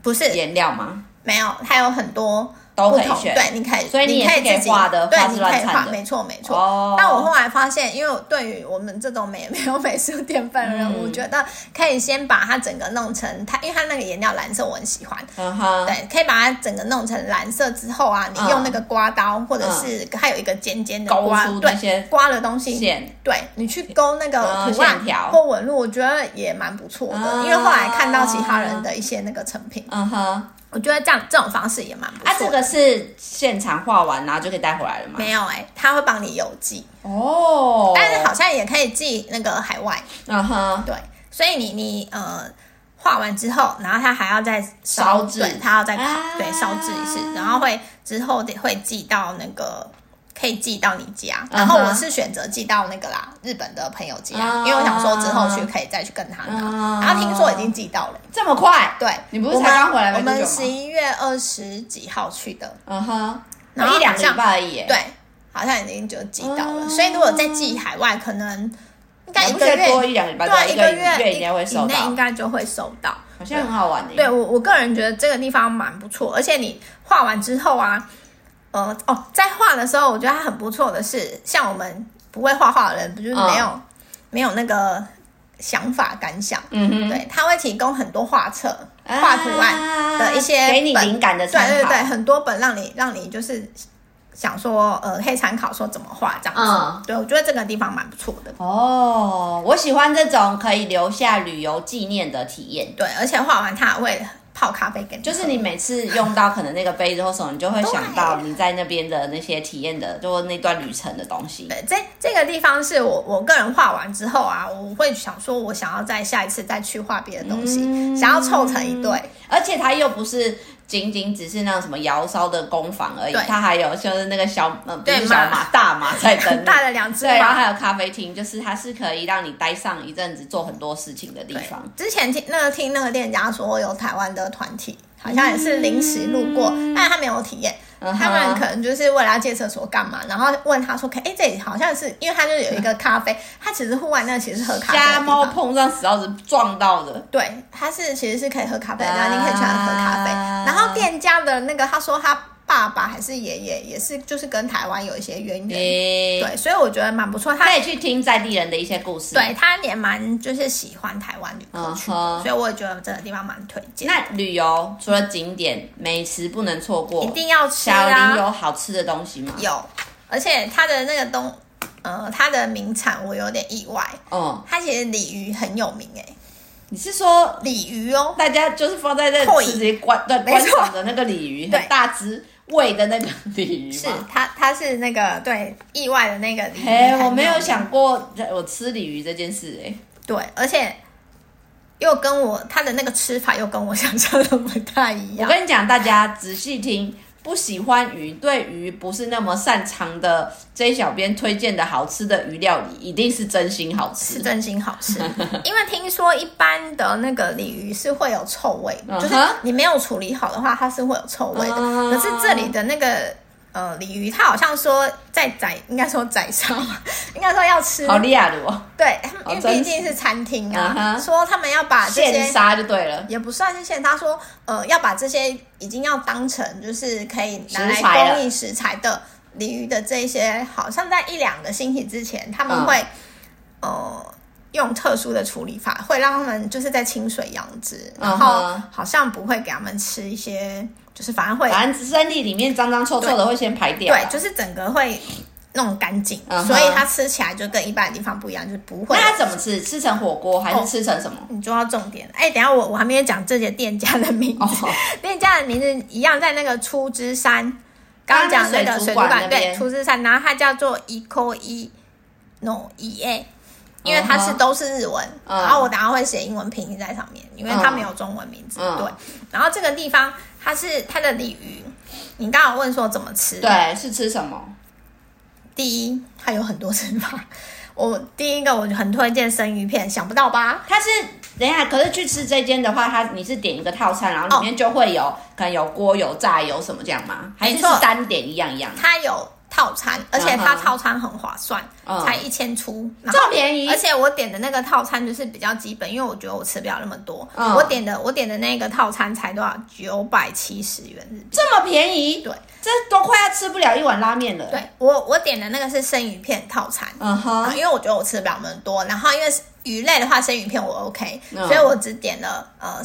Speaker 2: 不是
Speaker 1: 颜料吗？
Speaker 2: 没有，它有很多
Speaker 1: 都
Speaker 2: 不
Speaker 1: 可以
Speaker 2: 同，
Speaker 1: 选
Speaker 2: 对，你可以，
Speaker 1: 所以你
Speaker 2: 你
Speaker 1: 也
Speaker 2: 可
Speaker 1: 是
Speaker 2: 以自
Speaker 1: 可以
Speaker 2: 己
Speaker 1: 画的
Speaker 2: 对
Speaker 1: 画，是
Speaker 2: 你可
Speaker 1: 乱
Speaker 2: 以
Speaker 1: 看
Speaker 2: 画，
Speaker 1: 的
Speaker 2: 没错没错。
Speaker 1: 哦
Speaker 2: 但我后来发现，因为我对于我们这种美 没有美术天分的人，
Speaker 1: 嗯
Speaker 2: 我觉得可以先把它整个弄成它，因为它那个颜料蓝色我很喜欢，
Speaker 1: 嗯哼，
Speaker 2: 对，可以把它整个弄成蓝色之后啊，你
Speaker 1: 嗯
Speaker 2: 用那个刮刀，或者是它有一个尖尖的
Speaker 1: 勾
Speaker 2: 刮
Speaker 1: 出，那些
Speaker 2: 对，刮的东西，
Speaker 1: 线
Speaker 2: 对你去勾那个
Speaker 1: 嗯
Speaker 2: 图案
Speaker 1: 线条
Speaker 2: 或纹路，我觉得也蛮不错的。
Speaker 1: 嗯
Speaker 2: 因为后来看到其他人的一些那个成品，
Speaker 1: 嗯哼，啊，
Speaker 2: 我觉得这样这种方式也蛮不错的。
Speaker 1: 这个是现场画完然后就可以带回来了吗？
Speaker 2: 没有哎、他会帮你邮寄，
Speaker 1: 哦，
Speaker 2: 但是好像也可以寄哎那个海外，
Speaker 1: 嗯哼，
Speaker 2: 对，所以你你呃画完之后，然后他还要再
Speaker 1: 烧制
Speaker 2: 对，他要再烤，
Speaker 1: 啊
Speaker 2: 对，烧制一次，然后会之后得会寄到那个。可以寄到你家，
Speaker 1: 嗯哼
Speaker 2: 然后我是选择寄到那个啦，日本的朋友家，
Speaker 1: 啊
Speaker 2: 因为我想说之后去可以再去跟他拿。
Speaker 1: 啊
Speaker 2: 然后听说已经寄到了，
Speaker 1: 这么快？
Speaker 2: 对，
Speaker 1: 你不是才刚回来
Speaker 2: 我
Speaker 1: 没多久
Speaker 2: 们我们
Speaker 1: 吗
Speaker 2: 十一月二十几号去的，
Speaker 1: 嗯哼，
Speaker 2: 然后
Speaker 1: 一两
Speaker 2: 好
Speaker 1: 个
Speaker 2: 像
Speaker 1: 礼拜而已耶，
Speaker 2: 对，好像已经就寄到了。
Speaker 1: 哦
Speaker 2: 所以如果再寄海外，可能应该
Speaker 1: 你
Speaker 2: 一
Speaker 1: 不
Speaker 2: 个
Speaker 1: 觉得
Speaker 2: 月
Speaker 1: 多一两个礼拜，
Speaker 2: 对啊，
Speaker 1: 一
Speaker 2: 一
Speaker 1: 个
Speaker 2: 月
Speaker 1: 月应该会收
Speaker 2: 以内
Speaker 1: 到
Speaker 2: 应，该就会收到。
Speaker 1: 好像很好玩的。
Speaker 2: 对我我个人觉得这个地方蛮不错，而且你画完之后啊，呃哦，在画的时候，我觉得它很不错的是，像我们不会画画的人，不就是没有、没有那个想法感想。
Speaker 1: 嗯哼，
Speaker 2: 对，他会提供很多画册、画图案的一些
Speaker 1: 啊给你
Speaker 2: 本
Speaker 1: 灵感的
Speaker 2: 对
Speaker 1: 参考，
Speaker 2: 对对，很多本让你让你就是想说，呃，可以参考说怎么画这样子。
Speaker 1: 嗯
Speaker 2: 对，我觉得这个地方蛮不错的。
Speaker 1: 哦，我喜欢这种可以留下旅游纪念的体验，
Speaker 2: 对，而且画完它还会泡咖啡给你喝，
Speaker 1: 就是你每次用到可能那个杯子或什么，你就会想到你在那边的那些体验的，就那段旅程的东西。
Speaker 2: 对这这个地方是我我个人画完之后啊，我会想说，我想要再下一次再去画别的东西，
Speaker 1: 嗯
Speaker 2: 想要凑成一对。
Speaker 1: 而且它又不是仅仅只是那种什么窑烧的工坊而已
Speaker 2: 对，
Speaker 1: 它还有就是那个小呃不
Speaker 2: 对
Speaker 1: 是小马
Speaker 2: 马
Speaker 1: 大马在等
Speaker 2: 很
Speaker 1: 你。
Speaker 2: 大的两只
Speaker 1: 对，然后
Speaker 2: 马。
Speaker 1: 还有咖啡厅，就是它是可以让你待上一阵子，做很多事情的地方。
Speaker 2: 之前听那个听那个店家说有台湾的团体，好像也是临时路过，但他没有体验。
Speaker 1: 嗯哼
Speaker 2: 他们可能就是为了要借厕所干嘛，然后问他说：“可哎、这里好像是因为他就有一个咖啡，他其实户外那其实是喝咖啡的
Speaker 1: 瞎
Speaker 2: 地
Speaker 1: 猫
Speaker 2: 方
Speaker 1: 碰上死耗子撞到的，
Speaker 2: 对，它是其实是可以喝咖啡，
Speaker 1: 啊
Speaker 2: 然后你可以去那里喝咖啡。然后店家的那个他说他爸爸还是爷爷也是就是跟台湾有一些渊源，
Speaker 1: 诶、
Speaker 2: 对，所以我觉得蛮不错。他
Speaker 1: 可以去听在地人的一些故事。
Speaker 2: 对他也蛮就是喜欢台湾旅客去的
Speaker 1: 嗯哼
Speaker 2: 所以我也觉得这个地方蛮推荐，
Speaker 1: 那旅游除了景点、美食不能错过，
Speaker 2: 一定要吃
Speaker 1: 小林
Speaker 2: 啊，
Speaker 1: 有好吃的东西吗？
Speaker 2: 有，而且它的那个东呃它的名产我有点意外，
Speaker 1: 嗯，
Speaker 2: 它其实鲤鱼很有名诶、
Speaker 1: 你是说
Speaker 2: 鲤鱼哦，
Speaker 1: 大家就是放在那
Speaker 2: 扣
Speaker 1: 里
Speaker 2: 一
Speaker 1: 直接观对
Speaker 2: 没
Speaker 1: 观
Speaker 2: 错
Speaker 1: 赏的那个鲤鱼，
Speaker 2: 对
Speaker 1: 很大只喂的那个鲤鱼
Speaker 2: 是
Speaker 1: 吗？
Speaker 2: 它它是那个对意外的那个鲤鱼，
Speaker 1: 哎、我没有。想过我吃鲤鱼这件事、哎，
Speaker 2: 对，而且又跟我他的那个吃法又跟我想象的不太一
Speaker 1: 我
Speaker 2: 样。
Speaker 1: 跟你讲，大家仔细听，不喜欢鱼、对鱼不是那么擅长的，J 小编推荐的好吃的鱼料理，一定是真心好
Speaker 2: 是
Speaker 1: 吃。
Speaker 2: 真心好 吃，因为听说一般的那个鲤鱼是会有臭味
Speaker 1: 嗯哼
Speaker 2: 就是你没有处理好的话，它是会有臭味的。
Speaker 1: 嗯
Speaker 2: 可是这里的那个呃鲤鱼，它好像说在宰，应该说宰杀嘛，应该说要 吃，
Speaker 1: 好厉害的哦，
Speaker 2: 对，
Speaker 1: 好
Speaker 2: 因为
Speaker 1: 真
Speaker 2: 毕
Speaker 1: 实
Speaker 2: 竟是餐厅啊
Speaker 1: 嗯哼
Speaker 2: 说他们要把这
Speaker 1: 现
Speaker 2: 些
Speaker 1: 杀就对了。
Speaker 2: 也不算是限，他说呃要把这些已经要当成就是可以拿
Speaker 1: 食材
Speaker 2: 来
Speaker 1: 了
Speaker 2: 供应食材的鲤鱼的这些，好像在一两个星期之前，他们会、
Speaker 1: 嗯
Speaker 2: 呃用特殊的处理法，会让他们就是在清水养殖，然后
Speaker 1: 嗯哼
Speaker 2: 好像不会给他们吃一些，就是反正会
Speaker 1: 反正身体里面脏脏臭臭的会先排掉。啊
Speaker 2: 对，就是整个会弄干净
Speaker 1: 嗯哼
Speaker 2: 所以它吃起来就跟一般的地方不一样，就是不会哦
Speaker 1: 那。它怎么吃？吃成火锅还是吃成什么？
Speaker 2: 你说到重点，哎、等一下我我还没有讲这些店家的名字
Speaker 1: 哦，
Speaker 2: 店家的名字一样，在那个出之山，刚刚讲那个水族
Speaker 1: 刚刚那水族馆那
Speaker 2: 馆对
Speaker 1: 边
Speaker 2: 出之山，然后它叫做 Eco E No E A，因为它是
Speaker 1: 嗯哼
Speaker 2: 都是日文，
Speaker 1: 嗯
Speaker 2: 然后我等下会写英文拼音在上面，因为它
Speaker 1: 嗯
Speaker 2: 没有中文名字。
Speaker 1: 嗯
Speaker 2: 对，然后这个地方它是它的鲤鱼，你刚好问说怎么吃，，
Speaker 1: 对，是吃什么？
Speaker 2: 第一它有很多吃法，我第一个我就很推荐生鱼片，想不到吧？
Speaker 1: 它是等一下，可是去吃这间的话，它你是点一个套餐，然
Speaker 2: 哦
Speaker 1: 后里面就会有、可能有锅、有炸、有什么这样吗？还是
Speaker 2: 没
Speaker 1: 是
Speaker 2: 错
Speaker 1: 单点一样一样？
Speaker 2: 它有。套餐，而且它
Speaker 1: 嗯哼
Speaker 2: 套餐很划算，
Speaker 1: 嗯
Speaker 2: 才一千出，然
Speaker 1: 这
Speaker 2: 后
Speaker 1: 么便宜
Speaker 2: 而且我点的那个套餐就是比较基本，因为我觉得我吃不了那么多，
Speaker 1: 嗯
Speaker 2: 我点的我点的那个套餐才多少？九百七十元日币。
Speaker 1: 这么便宜，
Speaker 2: 对，
Speaker 1: 这都快要吃不了一碗拉面了。，
Speaker 2: 对我我点的那个是生鱼片套餐，
Speaker 1: 嗯
Speaker 2: 啊
Speaker 1: 哼，
Speaker 2: 因为我觉得我吃的比较们多，然后因为鱼类的话，生鱼片我 OK，、
Speaker 1: 嗯
Speaker 2: 所以我只点了呃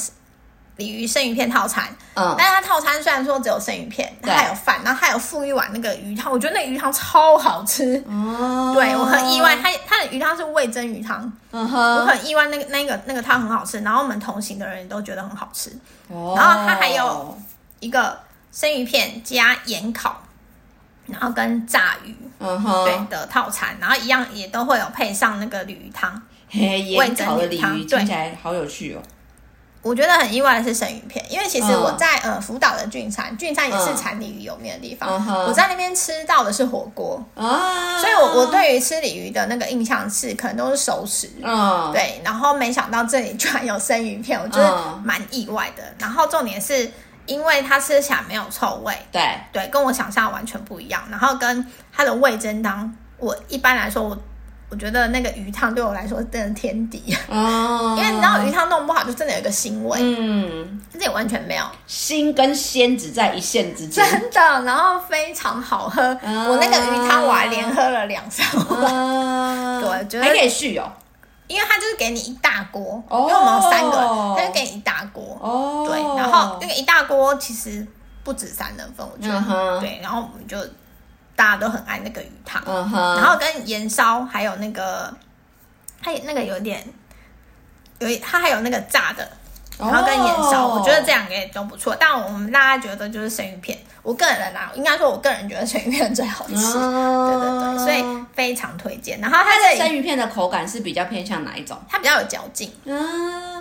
Speaker 2: 鲤鱼生鱼片套餐。
Speaker 1: 嗯，
Speaker 2: 但是它套餐虽然说只有生鱼片，它
Speaker 1: 对
Speaker 2: 还有饭，然后还有附一碗那个鱼汤，我觉得那鱼汤超好吃。
Speaker 1: 哦
Speaker 2: 对我很意外，，它它的鱼汤是味噌鱼汤，
Speaker 1: 嗯
Speaker 2: 我
Speaker 1: 哼，
Speaker 2: 很意外那个那个那个汤很好吃，然后我们同行的人也都觉得很好吃。
Speaker 1: 哦
Speaker 2: 然后它还有一个生鱼片加盐烤，然后跟炸鱼
Speaker 1: 嗯
Speaker 2: 对
Speaker 1: 哼，
Speaker 2: 的套餐，然后一样也都会有配上那个鲤鱼汤。
Speaker 1: 嘿，盐炒的鲤
Speaker 2: 味噌
Speaker 1: 鱼
Speaker 2: 鱼汤
Speaker 1: 听起来好有趣哦。
Speaker 2: 我觉得很意外的是生鱼片，因为其实
Speaker 1: 嗯
Speaker 2: 我在、呃福岛的郡山，郡山也是
Speaker 1: 嗯
Speaker 2: 产鲤鱼有名的地方，
Speaker 1: 嗯哼
Speaker 2: 我在那边吃到的是火锅，
Speaker 1: 啊，
Speaker 2: 所以我我对于吃鲤鱼的那个印象是可能都是熟食。
Speaker 1: 嗯，
Speaker 2: 对，然后没想到这里居然有生鱼片，我觉得
Speaker 1: 嗯
Speaker 2: 蛮意外的。然后重点是因为它吃起来没有臭味，
Speaker 1: 对，
Speaker 2: 对，跟我想象完全不一样。然后跟它的味噌汤，我一般来说我我觉得那个鱼汤对我来说真的天敌，
Speaker 1: 嗯，
Speaker 2: 因为你知道鱼汤弄不好就真的有一个腥味，
Speaker 1: 嗯，
Speaker 2: 这也完全没有，
Speaker 1: 心跟鲜只在一线之间。
Speaker 2: 真的。然后非常好喝，
Speaker 1: 啊
Speaker 2: 我那个鱼汤我还连喝了两三
Speaker 1: 嗯
Speaker 2: 碗。
Speaker 1: 啊，
Speaker 2: 对觉得
Speaker 1: 还可以续哦。
Speaker 2: 因为它就是给你一大锅，
Speaker 1: 哦
Speaker 2: 因为我们有三个人，它就给你一大锅。
Speaker 1: 哦，
Speaker 2: 对，然后那个一大锅其实不止三人份，我觉得。
Speaker 1: 嗯哼
Speaker 2: 对，然后我们就大家都很爱那个鱼汤，
Speaker 1: 嗯哼，
Speaker 2: 然后跟盐烧，还有那个，它也那个有点，有一它还有那个炸的，然后跟盐烧，
Speaker 1: 哦
Speaker 2: 我觉得这两个也都不错。但我们大家觉得就是生鱼片，我个人啊，应该说我个人觉得生鱼片最好吃。对对对，所以非常推荐。然后它
Speaker 1: 啊嗯它的
Speaker 2: 这
Speaker 1: 生
Speaker 2: 里
Speaker 1: 鱼片的口感是比较偏向哪一种？
Speaker 2: 它比较有嚼劲，
Speaker 1: 嗯，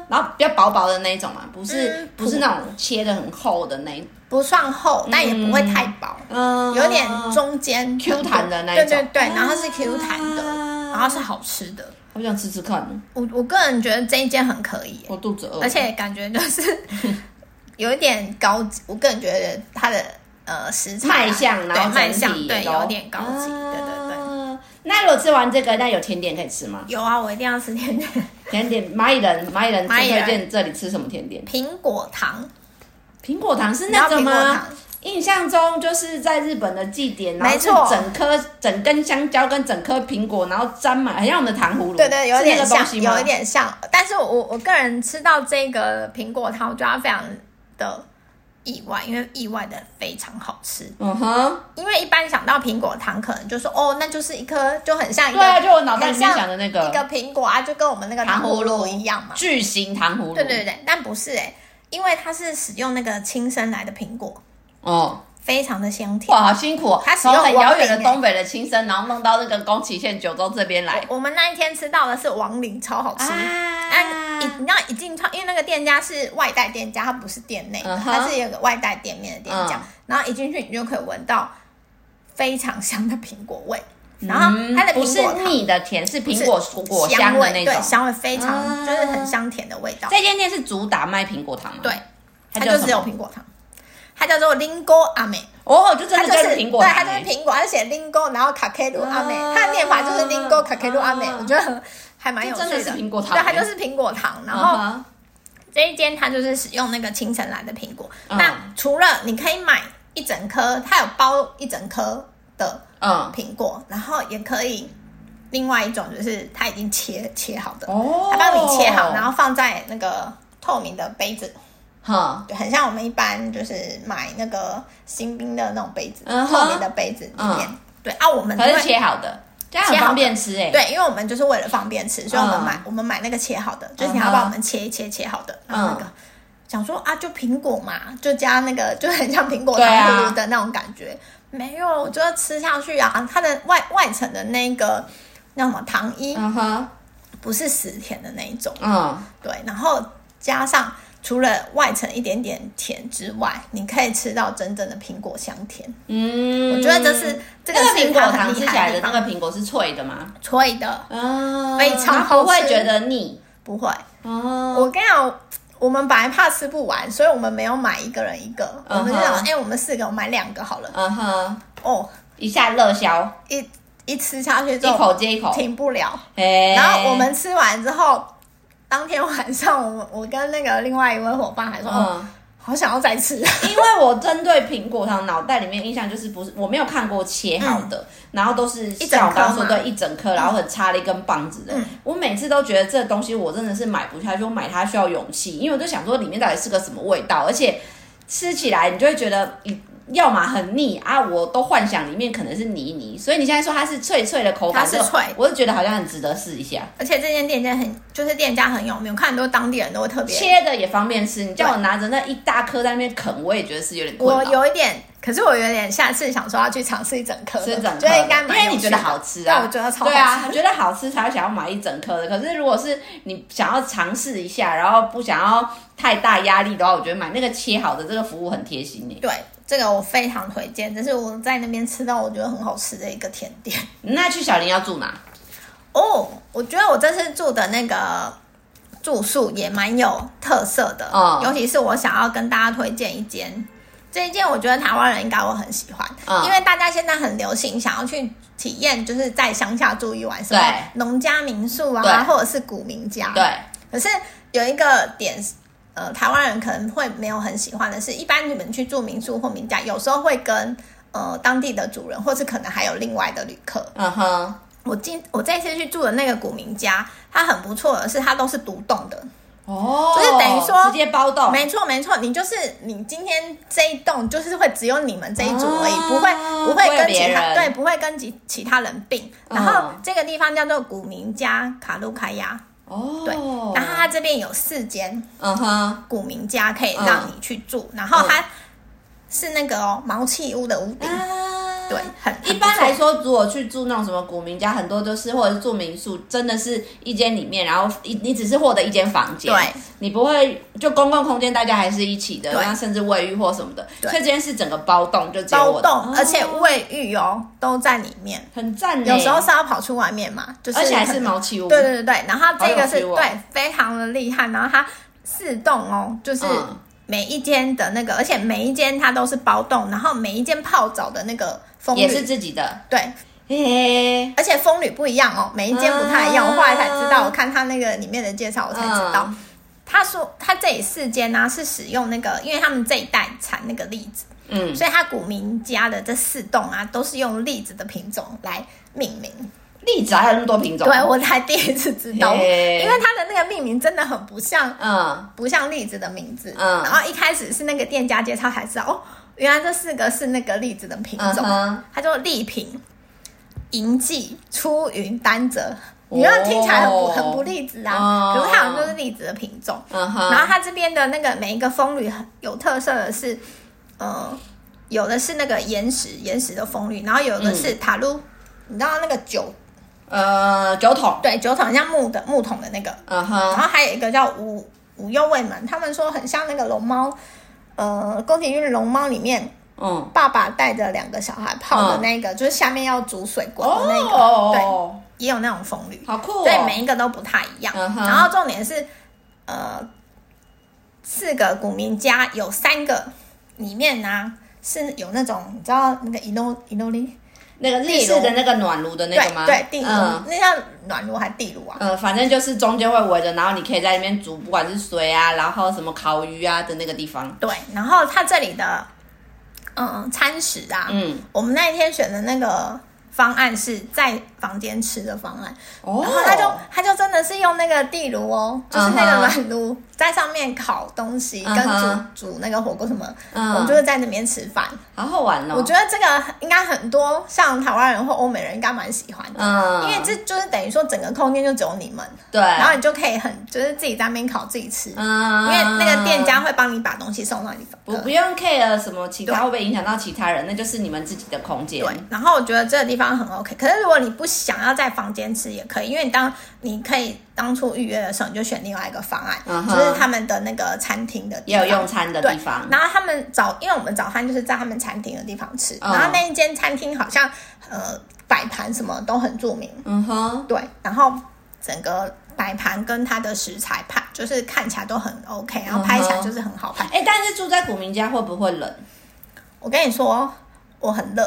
Speaker 1: 然后比较薄薄的那一种嘛，不是、
Speaker 2: 啊嗯
Speaker 1: 不是那种切的很厚的那一，
Speaker 2: 不算厚，但也不会太薄。
Speaker 1: 嗯，
Speaker 2: 有点中间
Speaker 1: Q 弹的那一种
Speaker 2: 对对对，然后是 Q 弹的，
Speaker 1: 啊
Speaker 2: 然后是好吃的。
Speaker 1: 我想吃吃看，
Speaker 2: 我我个人觉得这一间很可以耶，
Speaker 1: 我肚子饿，
Speaker 2: 而且感觉就是 有一点高级。我个人觉得它的呃食材啊
Speaker 1: 卖相，然后
Speaker 2: 对卖
Speaker 1: 整
Speaker 2: 相
Speaker 1: 体也
Speaker 2: 对
Speaker 1: 都
Speaker 2: 有点高级，对对对。
Speaker 1: 啊那如果吃完这个，那有甜点可以吃吗？
Speaker 2: 有啊，我一定要吃甜 点，
Speaker 1: 甜点蚂蚁人，蚂蚁人
Speaker 2: 蚂蚁
Speaker 1: 最
Speaker 2: 人
Speaker 1: 推荐这里吃什么甜点？
Speaker 2: 苹果糖，
Speaker 1: 苹果糖是
Speaker 2: 你知道
Speaker 1: 那
Speaker 2: 苹
Speaker 1: 种
Speaker 2: 果
Speaker 1: 吗
Speaker 2: 糖？？
Speaker 1: 印象中就是在日本的祭典，然后
Speaker 2: 没
Speaker 1: 是
Speaker 2: 错
Speaker 1: 整颗整根香蕉跟整颗苹果，然后沾满，很像我们的糖葫芦。
Speaker 2: 对对，有
Speaker 1: 是那
Speaker 2: 点
Speaker 1: 个东
Speaker 2: 像，
Speaker 1: 西吗？
Speaker 2: 有一点像。但是我我我个人吃到这个苹果汤，我觉得它非常的意外，因为意外的非常好吃。
Speaker 1: 嗯哼，
Speaker 2: 因为一般想到苹果糖，可能就说哦，那就是一颗就很像一个
Speaker 1: 对啊，就我脑袋里面
Speaker 2: 很像
Speaker 1: 想的那
Speaker 2: 一个苹果啊，就跟我们那个
Speaker 1: 糖
Speaker 2: 糖
Speaker 1: 葫
Speaker 2: 葫
Speaker 1: 芦
Speaker 2: 芦一样嘛。
Speaker 1: 巨型糖葫芦。
Speaker 2: 对对对，但不是哎、因为它是使用那个亲生来的苹果，
Speaker 1: 哦，
Speaker 2: 非常的香甜。
Speaker 1: 哇，好辛苦、哦！
Speaker 2: 它使
Speaker 1: 从
Speaker 2: 用
Speaker 1: 很遥远
Speaker 2: 王
Speaker 1: 的
Speaker 2: 林
Speaker 1: 东北的青森，然后弄到那个宫崎县九州这边来。
Speaker 2: 我我们那一天吃到的是王林，超好吃。
Speaker 1: 啊
Speaker 2: 但一你知道一进超，因为那个店家是外带店家，它不是店内的
Speaker 1: 嗯哼
Speaker 2: 它是有个外带店面的店家。
Speaker 1: 嗯
Speaker 2: 然后一进去，你就可以闻到非常香的苹果味，然后它的
Speaker 1: 嗯不
Speaker 2: 苹
Speaker 1: 是
Speaker 2: 果糖
Speaker 1: 腻的甜，是
Speaker 2: 是
Speaker 1: 苹果果
Speaker 2: 香
Speaker 1: 香的
Speaker 2: 味
Speaker 1: 那
Speaker 2: 对，
Speaker 1: 种。
Speaker 2: 香味非常、
Speaker 1: 啊
Speaker 2: 就是很香甜的味道。
Speaker 1: 这间店是主打卖苹果糖吗？
Speaker 2: 对，，
Speaker 1: 它
Speaker 2: 它
Speaker 1: 叫
Speaker 2: 就
Speaker 1: 什
Speaker 2: 只有
Speaker 1: 么？
Speaker 2: 苹果糖，它叫做 Lingo 阿美，
Speaker 1: 哦，就真
Speaker 2: 它
Speaker 1: 的
Speaker 2: 就
Speaker 1: 就是
Speaker 2: 是
Speaker 1: 苹果
Speaker 2: 对，
Speaker 1: 糖
Speaker 2: 它
Speaker 1: 欸。
Speaker 2: 就是苹果，它写 Lingo，然后卡克鲁阿美，
Speaker 1: 啊
Speaker 2: 它的念法就是 Lingo 卡克鲁阿美，
Speaker 1: 啊
Speaker 2: 我觉得很还蛮有趣
Speaker 1: 这真的是苹果糖
Speaker 2: 对，它
Speaker 1: 欸
Speaker 2: 就是苹果糖，然后。
Speaker 1: 嗯哼
Speaker 2: 这一间它就是使用那个清晨来的苹果。
Speaker 1: 嗯
Speaker 2: 那除了你可以买一整颗，它有包一整颗的
Speaker 1: 嗯，
Speaker 2: 苹果，然后也可以另外一种就是它已经切切好的，
Speaker 1: 哦
Speaker 2: 它帮你切好，然
Speaker 1: 后
Speaker 2: 后放在那个透明的杯子，
Speaker 1: 哈，
Speaker 2: 就很像我们一般就是买那个新兵的那种杯子，
Speaker 1: 嗯哼
Speaker 2: 透明的杯子里面。
Speaker 1: 嗯
Speaker 2: 对啊，我们因
Speaker 1: 可是
Speaker 2: 为
Speaker 1: 切好的，这样很
Speaker 2: 切好的
Speaker 1: 方便吃哎。，
Speaker 2: 对，因为我们就是为了方便吃，所以我们
Speaker 1: 嗯
Speaker 2: 买、我们买那个切好的，就是
Speaker 1: 嗯
Speaker 2: 你要
Speaker 1: 哼
Speaker 2: 帮我们切一切切好的，然后那个、
Speaker 1: 嗯
Speaker 2: 想说啊，就苹果嘛，就加那个就很像苹果
Speaker 1: 对
Speaker 2: 糖
Speaker 1: 啊
Speaker 2: 葫芦的那种感觉，没有，我就吃下去啊，它的外外层的那个那什么糖衣、
Speaker 1: 嗯哼，
Speaker 2: 不是死甜的那一种，
Speaker 1: 嗯，
Speaker 2: 对，然后加上。除了外层一点点甜之外，你可以吃到真正的苹果香甜。
Speaker 1: 嗯，
Speaker 2: 我觉得这是这
Speaker 1: 那个
Speaker 2: 是
Speaker 1: 苹果
Speaker 2: 它
Speaker 1: 糖
Speaker 2: 很
Speaker 1: 吃
Speaker 2: 厉
Speaker 1: 起来
Speaker 2: 害的
Speaker 1: 的
Speaker 2: 地
Speaker 1: 那
Speaker 2: 方
Speaker 1: 个苹果是脆的吗？
Speaker 2: 脆的，
Speaker 1: 啊，
Speaker 2: 非常
Speaker 1: 然后不
Speaker 2: 好
Speaker 1: 会
Speaker 2: 吃
Speaker 1: 觉得腻
Speaker 2: 不会
Speaker 1: 哦。
Speaker 2: 我跟你讲，我们本来怕吃不完，所以我们没有买一个人一个，
Speaker 1: 嗯哼
Speaker 2: 我们就想，哎、我们四个，我买两个好了。
Speaker 1: 嗯哼，
Speaker 2: 哦，
Speaker 1: 一下热销，
Speaker 2: 一一吃下去之
Speaker 1: 一
Speaker 2: 后
Speaker 1: 口接一口。
Speaker 2: 停不了。
Speaker 1: 哎
Speaker 2: 然后我们吃完之后，当天晚上我们我跟那个另外一位伙伴还说，哦，
Speaker 1: 嗯，
Speaker 2: 好想要再吃。
Speaker 1: 因为我针对苹果糖，脑袋里面印象就是不是我没有看过切好的，然后都是
Speaker 2: 整
Speaker 1: 像我刚刚说
Speaker 2: 颗嘛
Speaker 1: 嗯的一整颗，嗯然后很插了一根棒子的。
Speaker 2: 嗯
Speaker 1: 我每次都觉得这东西我真的是买不下去，我买它需要勇气，因为我就想说里面到底是个什么味道，而且吃起来你就会觉得嗯要么很腻啊，我都幻想里面可能是泥泥，所以你现在说它是脆脆的口感，
Speaker 2: 它是
Speaker 1: 就
Speaker 2: 脆
Speaker 1: 我就觉得好像很值得试一下。
Speaker 2: 而且这间店家很，就是店家很有名，我看很多当地人都会特别。
Speaker 1: 切的也方便吃，你叫我拿着那一大颗在那边啃，我也觉得是有点困
Speaker 2: 我
Speaker 1: 扰。
Speaker 2: 有一点，可是我有点下次想说要去尝试一整颗的，
Speaker 1: 吃整颗的，
Speaker 2: 觉得应该蛮有趣的
Speaker 1: 因为你觉得好吃啊，
Speaker 2: 对我觉得超好
Speaker 1: 对
Speaker 2: 吃
Speaker 1: 啊，觉得好吃才会想要买一整颗的。可是如果是你想要尝试一下，然后不想要太大压力的话，我觉得买那个切好的这个服务很贴心耶。
Speaker 2: 对，这个我非常推荐，这是我在那边吃到我觉得很好吃的一个甜点。
Speaker 1: 那去小林要住哪？
Speaker 2: 哦，我觉得我这次住的那个住宿也蛮有特色的，
Speaker 1: 嗯
Speaker 2: 尤其是我想要跟大家推荐一间，这一间我觉得台湾人应该会很喜欢，
Speaker 1: 嗯
Speaker 2: 因为大家现在很流行想要去体验，就是在乡下住一晚，什么
Speaker 1: 对
Speaker 2: 农家民宿
Speaker 1: 对
Speaker 2: 啊，或者是古民家，
Speaker 1: 对，
Speaker 2: 可是有一个点是，呃，台湾人可能会没有很喜欢的是，一般你们去住民宿或民家，有时候会跟呃当地的主人，或是可能还有另外的旅客。
Speaker 1: 嗯哼，
Speaker 2: 我今我这次去住的那个古民家，它很不错的是，它都是独栋的。
Speaker 1: 哦，
Speaker 2: 就是等于说
Speaker 1: 直接包栋，
Speaker 2: 没错没错，你就是你今天这一栋就是会只有你们这一组而已，
Speaker 1: 哦
Speaker 2: 不会
Speaker 1: 不
Speaker 2: 不会
Speaker 1: 会有
Speaker 2: 跟
Speaker 1: 别
Speaker 2: 其他
Speaker 1: 人
Speaker 2: 对不会跟其其他人并。然后
Speaker 1: 嗯
Speaker 2: 这个地方叫做古民家卡路开亚，
Speaker 1: 哦，
Speaker 2: 对，然后它啊这边有四间。
Speaker 1: 嗯哼，
Speaker 2: 古民家可以
Speaker 1: 嗯
Speaker 2: 让你去住，然后它是那个哦毛坯屋的屋顶，
Speaker 1: 啊
Speaker 2: 对，很
Speaker 1: 一般来，
Speaker 2: 很不错
Speaker 1: 说，如果去住那种什么古民家，很多就是或者是住民宿，真的是一间里面，然后一你只是获得一间房间，
Speaker 2: 对，
Speaker 1: 你不会就公共空间大家还是一起的，
Speaker 2: 对
Speaker 1: 那甚至卫浴或什么的，
Speaker 2: 对
Speaker 1: 所以这间是整个包栋，就只有
Speaker 2: 包
Speaker 1: 我
Speaker 2: 栋，而且
Speaker 1: 哦
Speaker 2: 卫浴哦都在里面，
Speaker 1: 很赞呢，
Speaker 2: 有时候是要跑出外面嘛，就是
Speaker 1: 而且还是
Speaker 2: 可能
Speaker 1: 毛坯屋，
Speaker 2: 对对对对，然后这个
Speaker 1: 好
Speaker 2: 是
Speaker 1: 有 feel 哦
Speaker 2: 对非常的厉害，然后它四栋哦，就是
Speaker 1: 嗯
Speaker 2: 每一间的那个，而且每一间它都是包栋，然后每一间泡澡的那个风
Speaker 1: 也是
Speaker 2: 吕，
Speaker 1: 自己的，
Speaker 2: 对，
Speaker 1: 嘿嘿，
Speaker 2: 而且风吕不一样哦，每一间不太一样。
Speaker 1: 啊
Speaker 2: 我后来才知道，我看他那个里面的介绍，我才知道。
Speaker 1: 嗯
Speaker 2: 他说他这里四间呢、是使用那个，因为他们这一代产那个栗子，
Speaker 1: 嗯，
Speaker 2: 所以他古民家的这四栋啊都是用栗子的品种来命名。
Speaker 1: 栗子还有那么多品种，
Speaker 2: 对我才第一次知道，因
Speaker 1: 嘿
Speaker 2: 为它的那个命名真的很不像
Speaker 1: 嗯，
Speaker 2: 不像栗子的名字。
Speaker 1: 嗯
Speaker 2: 然后一开始是那个店家介绍才知道，哦，原来这四个是那个栗子的品
Speaker 1: 嗯
Speaker 2: 种。
Speaker 1: 哼，
Speaker 2: 它叫丽萍、银记、出云、丹泽。你要听起来很不、
Speaker 1: 哦
Speaker 2: 很不栗子啊，
Speaker 1: 哦
Speaker 2: 可是它好像就是栗子的品种。
Speaker 1: 嗯哼，
Speaker 2: 然后它这边的那个每一个风吕很有特色的是，呃，有的是那个岩石岩石的风吕，然后有的是
Speaker 1: 嗯
Speaker 2: 塔路，你知道那个酒
Speaker 1: 呃，酒桶，
Speaker 2: 对酒桶像木的木桶的那个，
Speaker 1: 嗯
Speaker 2: 然
Speaker 1: 哼，
Speaker 2: 后还有一个叫五五右卫门，他们说很像那个龙猫，呃，宫崎骏《龙猫》里面
Speaker 1: 嗯，
Speaker 2: 爸爸带着两个小孩泡的那个，就是下面要煮水滚的那个，
Speaker 1: 哦，
Speaker 2: 对，也有那种风吕，
Speaker 1: 好酷哦，
Speaker 2: 对，每一个都不太一样。
Speaker 1: 嗯哼
Speaker 2: 然后重点是，呃，四个古民家有三个里面呢、是有那种你知道那个伊诺伊诺利
Speaker 1: 那个日式的那个暖炉的那个吗？
Speaker 2: 对对地炉，
Speaker 1: 嗯
Speaker 2: 那叫暖炉还是地炉啊？
Speaker 1: 呃，反正就是中间会围着，然后你可以在里面煮，不管是水啊，然后什么烤鱼啊的那个地方。
Speaker 2: 对，然后它这里的嗯餐食啊，
Speaker 1: 嗯，
Speaker 2: 我们那一天选的那个方案是在房间吃的方案，
Speaker 1: 哦
Speaker 2: 然后他就他就真的是用那个地炉哦，就是那个
Speaker 1: 嗯哼
Speaker 2: 暖炉在上面烤东西，
Speaker 1: 嗯
Speaker 2: 跟
Speaker 1: 哼
Speaker 2: 煮煮那个火锅什么，
Speaker 1: 嗯
Speaker 2: 我们就是在那边吃饭。
Speaker 1: 好好玩哦。
Speaker 2: 我觉得这个应该很多像台湾人或欧美人应该蛮喜欢的，
Speaker 1: 嗯，
Speaker 2: 因为这就是等于说整个空间就只有你们，
Speaker 1: 对，
Speaker 2: 然后你就可以很就是自己在那边烤自己吃，
Speaker 1: 嗯，
Speaker 2: 因为那个店家会帮你把东西送到你
Speaker 1: 不
Speaker 2: 的
Speaker 1: 不用 care 什么其
Speaker 2: 对
Speaker 1: 他会不会影响到其他人，那就是你们自己的空间。
Speaker 2: 对，然后我觉得这个地方很 OK。可是如果你不想要在房间吃也可以，因为你当你可以当初预约的时候，你就选另外一个方案，
Speaker 1: 嗯哼
Speaker 2: 就是他们的那个餐厅的地
Speaker 1: 也有
Speaker 2: 方
Speaker 1: 用餐的地方
Speaker 2: 对，然后他们早，因为我们早餐就是在他们餐厅的地方吃，
Speaker 1: 嗯
Speaker 2: 然后那一间餐厅好像呃摆盘什么都很著名，
Speaker 1: 嗯哼，
Speaker 2: 对，然后整个摆盘跟它的食材拍就是看起来都很 OK，然后拍起来
Speaker 1: 嗯哼
Speaker 2: 就是很好拍。
Speaker 1: 哎，但是住在古民家会不会冷？
Speaker 2: 我跟你说，我很热，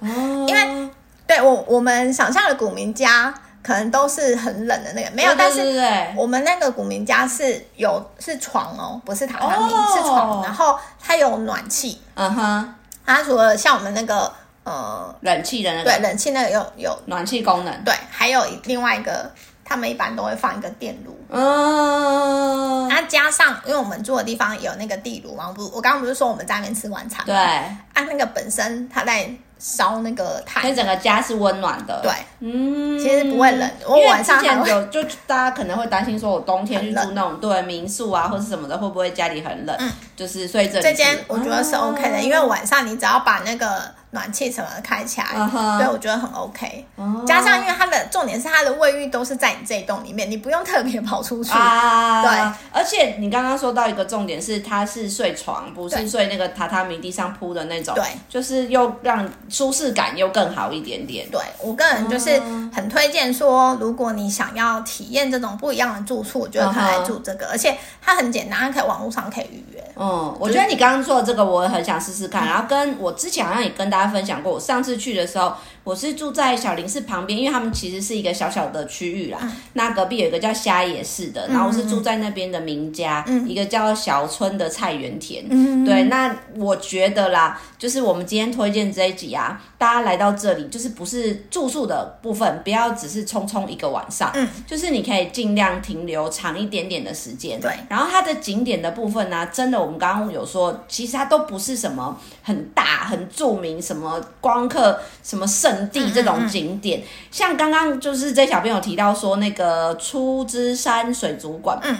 Speaker 1: 哦，
Speaker 2: 因为对我我们想象的古民家可能都是很冷的那个，没有，但是
Speaker 1: 对对对
Speaker 2: 我们那个古民家是有是床哦，不是榻榻米，
Speaker 1: 哦
Speaker 2: 是床，然后它有暖气，
Speaker 1: 嗯哼，
Speaker 2: 它除了像我们那个呃，
Speaker 1: 冷气的那
Speaker 2: 对，
Speaker 1: 个
Speaker 2: 冷气那个有有
Speaker 1: 暖气功能，
Speaker 2: 对，还有一另外一个，他们一般都会放一个电炉。
Speaker 1: 嗯，
Speaker 2: 啊，加上因为我们住的地方有那个地炉嘛，我不，我刚刚不是说我们在那边吃晚餐吗？
Speaker 1: 对，
Speaker 2: 啊，那个本身它在烧那个
Speaker 1: 所
Speaker 2: 炭
Speaker 1: 以，整个家是温暖的，
Speaker 2: 对，，
Speaker 1: 嗯，
Speaker 2: 其实不会冷，
Speaker 1: 因
Speaker 2: 我
Speaker 1: 为
Speaker 2: 晚上
Speaker 1: 之
Speaker 2: 还
Speaker 1: 前
Speaker 2: 会
Speaker 1: 有，就大家可能会担心说，我冬天去
Speaker 2: 很嗯
Speaker 1: 住那种对民宿啊或者什么的，会不会家里很冷？就是所以这里
Speaker 2: 这
Speaker 1: 是
Speaker 2: 间我觉得是 OK 的，因为
Speaker 1: 哦
Speaker 2: 晚上你只要把那个暖气什么的开起来，
Speaker 1: 嗯哼
Speaker 2: 对我觉得很 OK。
Speaker 1: 哦
Speaker 2: 加上因为它的重点是它的卫浴都是在你这一栋里面，你不用特别跑出去。
Speaker 1: 啊，
Speaker 2: 对，
Speaker 1: 而且你刚刚说到一个重点是，它是睡床，不是
Speaker 2: 对
Speaker 1: 睡那个榻榻米地上铺的那种，
Speaker 2: 对，
Speaker 1: 就是又让舒适感又更好一点点。
Speaker 2: 对我个人就是很推荐说，如果你想要体验这种不一样的住宿，我觉得可以来住这
Speaker 1: 啊
Speaker 2: 个，而且它很简单，它可以网络上可以预约。
Speaker 1: 嗯，我觉得你刚刚说的这个我很想试试看，然后跟我之前好像也跟大家分享过，我上次去的时候，我是住在小林寺旁边，因为他们其实是一个小小的区域
Speaker 2: 嗯
Speaker 1: 啦。那隔壁有一个叫虾野市的，然后我是住在那边的名家，一个叫小村的菜园田。
Speaker 2: 嗯
Speaker 1: 对，那我觉得啦，就是我们今天推荐这一集啊，大家来到这里，就是不是住宿的部分，不要只是匆匆一个晚上，
Speaker 2: 嗯，
Speaker 1: 就是你可以尽量停留长一点点的时间，
Speaker 2: 对
Speaker 1: 然后它的景点的部分呢、真的我们刚刚有说，其实它都不是什么很大、很著名、什么光客、什么圣地这种景点。像刚刚就是这小朋友提到说那个出之山水族馆，
Speaker 2: 嗯。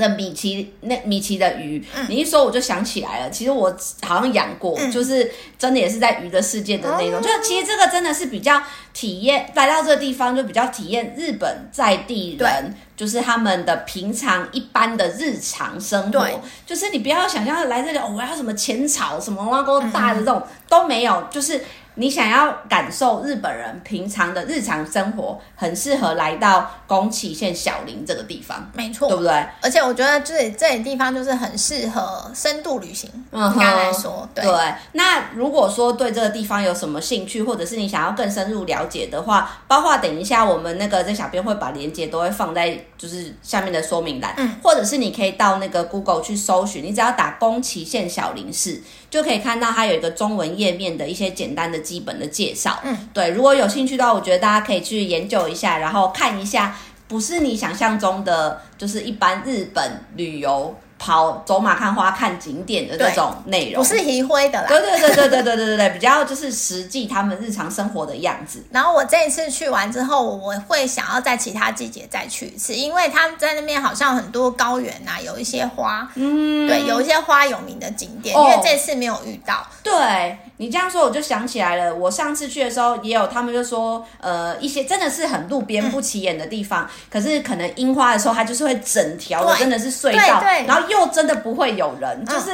Speaker 1: 那米奇那米奇的鱼，你一说我就想起来了。其实我好像养过，就是真的也是在鱼的世界的那种。就其实这个真的是比较体验，来到这个地方就比较体验日本在地人，就是他们的平常一般的日常生活
Speaker 2: 对。
Speaker 1: 就是你不要想象来这里哦，我要什么浅草、什么挖沟大的这种、都没有，就是。你想要感受日本人平常的日常生活，很适合来到宫崎县小林这个地方，
Speaker 2: 没错
Speaker 1: 对，不对？
Speaker 2: 而且我觉得这里这里地方就是很适合深度旅行，
Speaker 1: 嗯哼
Speaker 2: 应该来说，对，
Speaker 1: 那如果说对这个地方有什么兴趣，或者是你想要更深入了解的话，包括等一下我们那个在小编会把链接都会放在就是下面的说明栏，
Speaker 2: 嗯，
Speaker 1: 或者是你可以到那个 Google 去搜寻，你只要打宫崎县小林市，就可以看到它有一个中文页面的一些简单的基本的介绍，
Speaker 2: 嗯，
Speaker 1: 对，如果有兴趣的话，我觉得大家可以去研究一下，然后看一下，不是你想象中的就是一般日本旅游。跑走马看花看景点的那
Speaker 2: 对
Speaker 1: 种内容，
Speaker 2: 不是移灰的啦。
Speaker 1: 对对对对对对对对对，比较就是实际他们日常生活的样子。
Speaker 2: 然后我这一次去完之后，我会想要在其他季节再去一次，因为它在那边好像很多高原啊，有一些花，嗯，对，有一些花有名的景点，
Speaker 1: 哦
Speaker 2: 因为这次没有遇到，
Speaker 1: 对你这样说，我就想起来了。我上次去的时候，也有他们就说，呃，一些真的是很路边不起眼的地方，可是可能樱花的时候，它就是会整条的
Speaker 2: 对
Speaker 1: 真的是隧道，
Speaker 2: 对对
Speaker 1: 然后又真的不会有人，就是。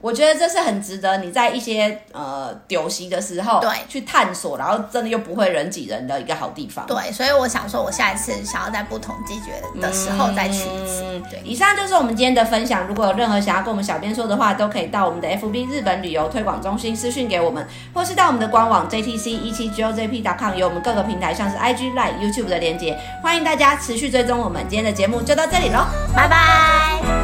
Speaker 1: 我觉得这是很值得你在一些呃酒席的时候
Speaker 2: 对
Speaker 1: 去探索，然后真的又不会人挤人的一个好地方。
Speaker 2: 对，所以我想说，我下一次想要在不同季节的时候再去一次，
Speaker 1: 嗯
Speaker 2: 对，
Speaker 1: 以上就是我们今天的分享。如果有任何想要跟我们小编说的话，都可以到我们的 FB 日本旅游推广中心私讯给我们，或是到我们的官网 JTC 一七 GOJP.com 有我们各个平台像是 IG、Line、YouTube 的连接。欢迎大家持续追踪我们。今天的节目就到这里喽。
Speaker 2: 拜拜。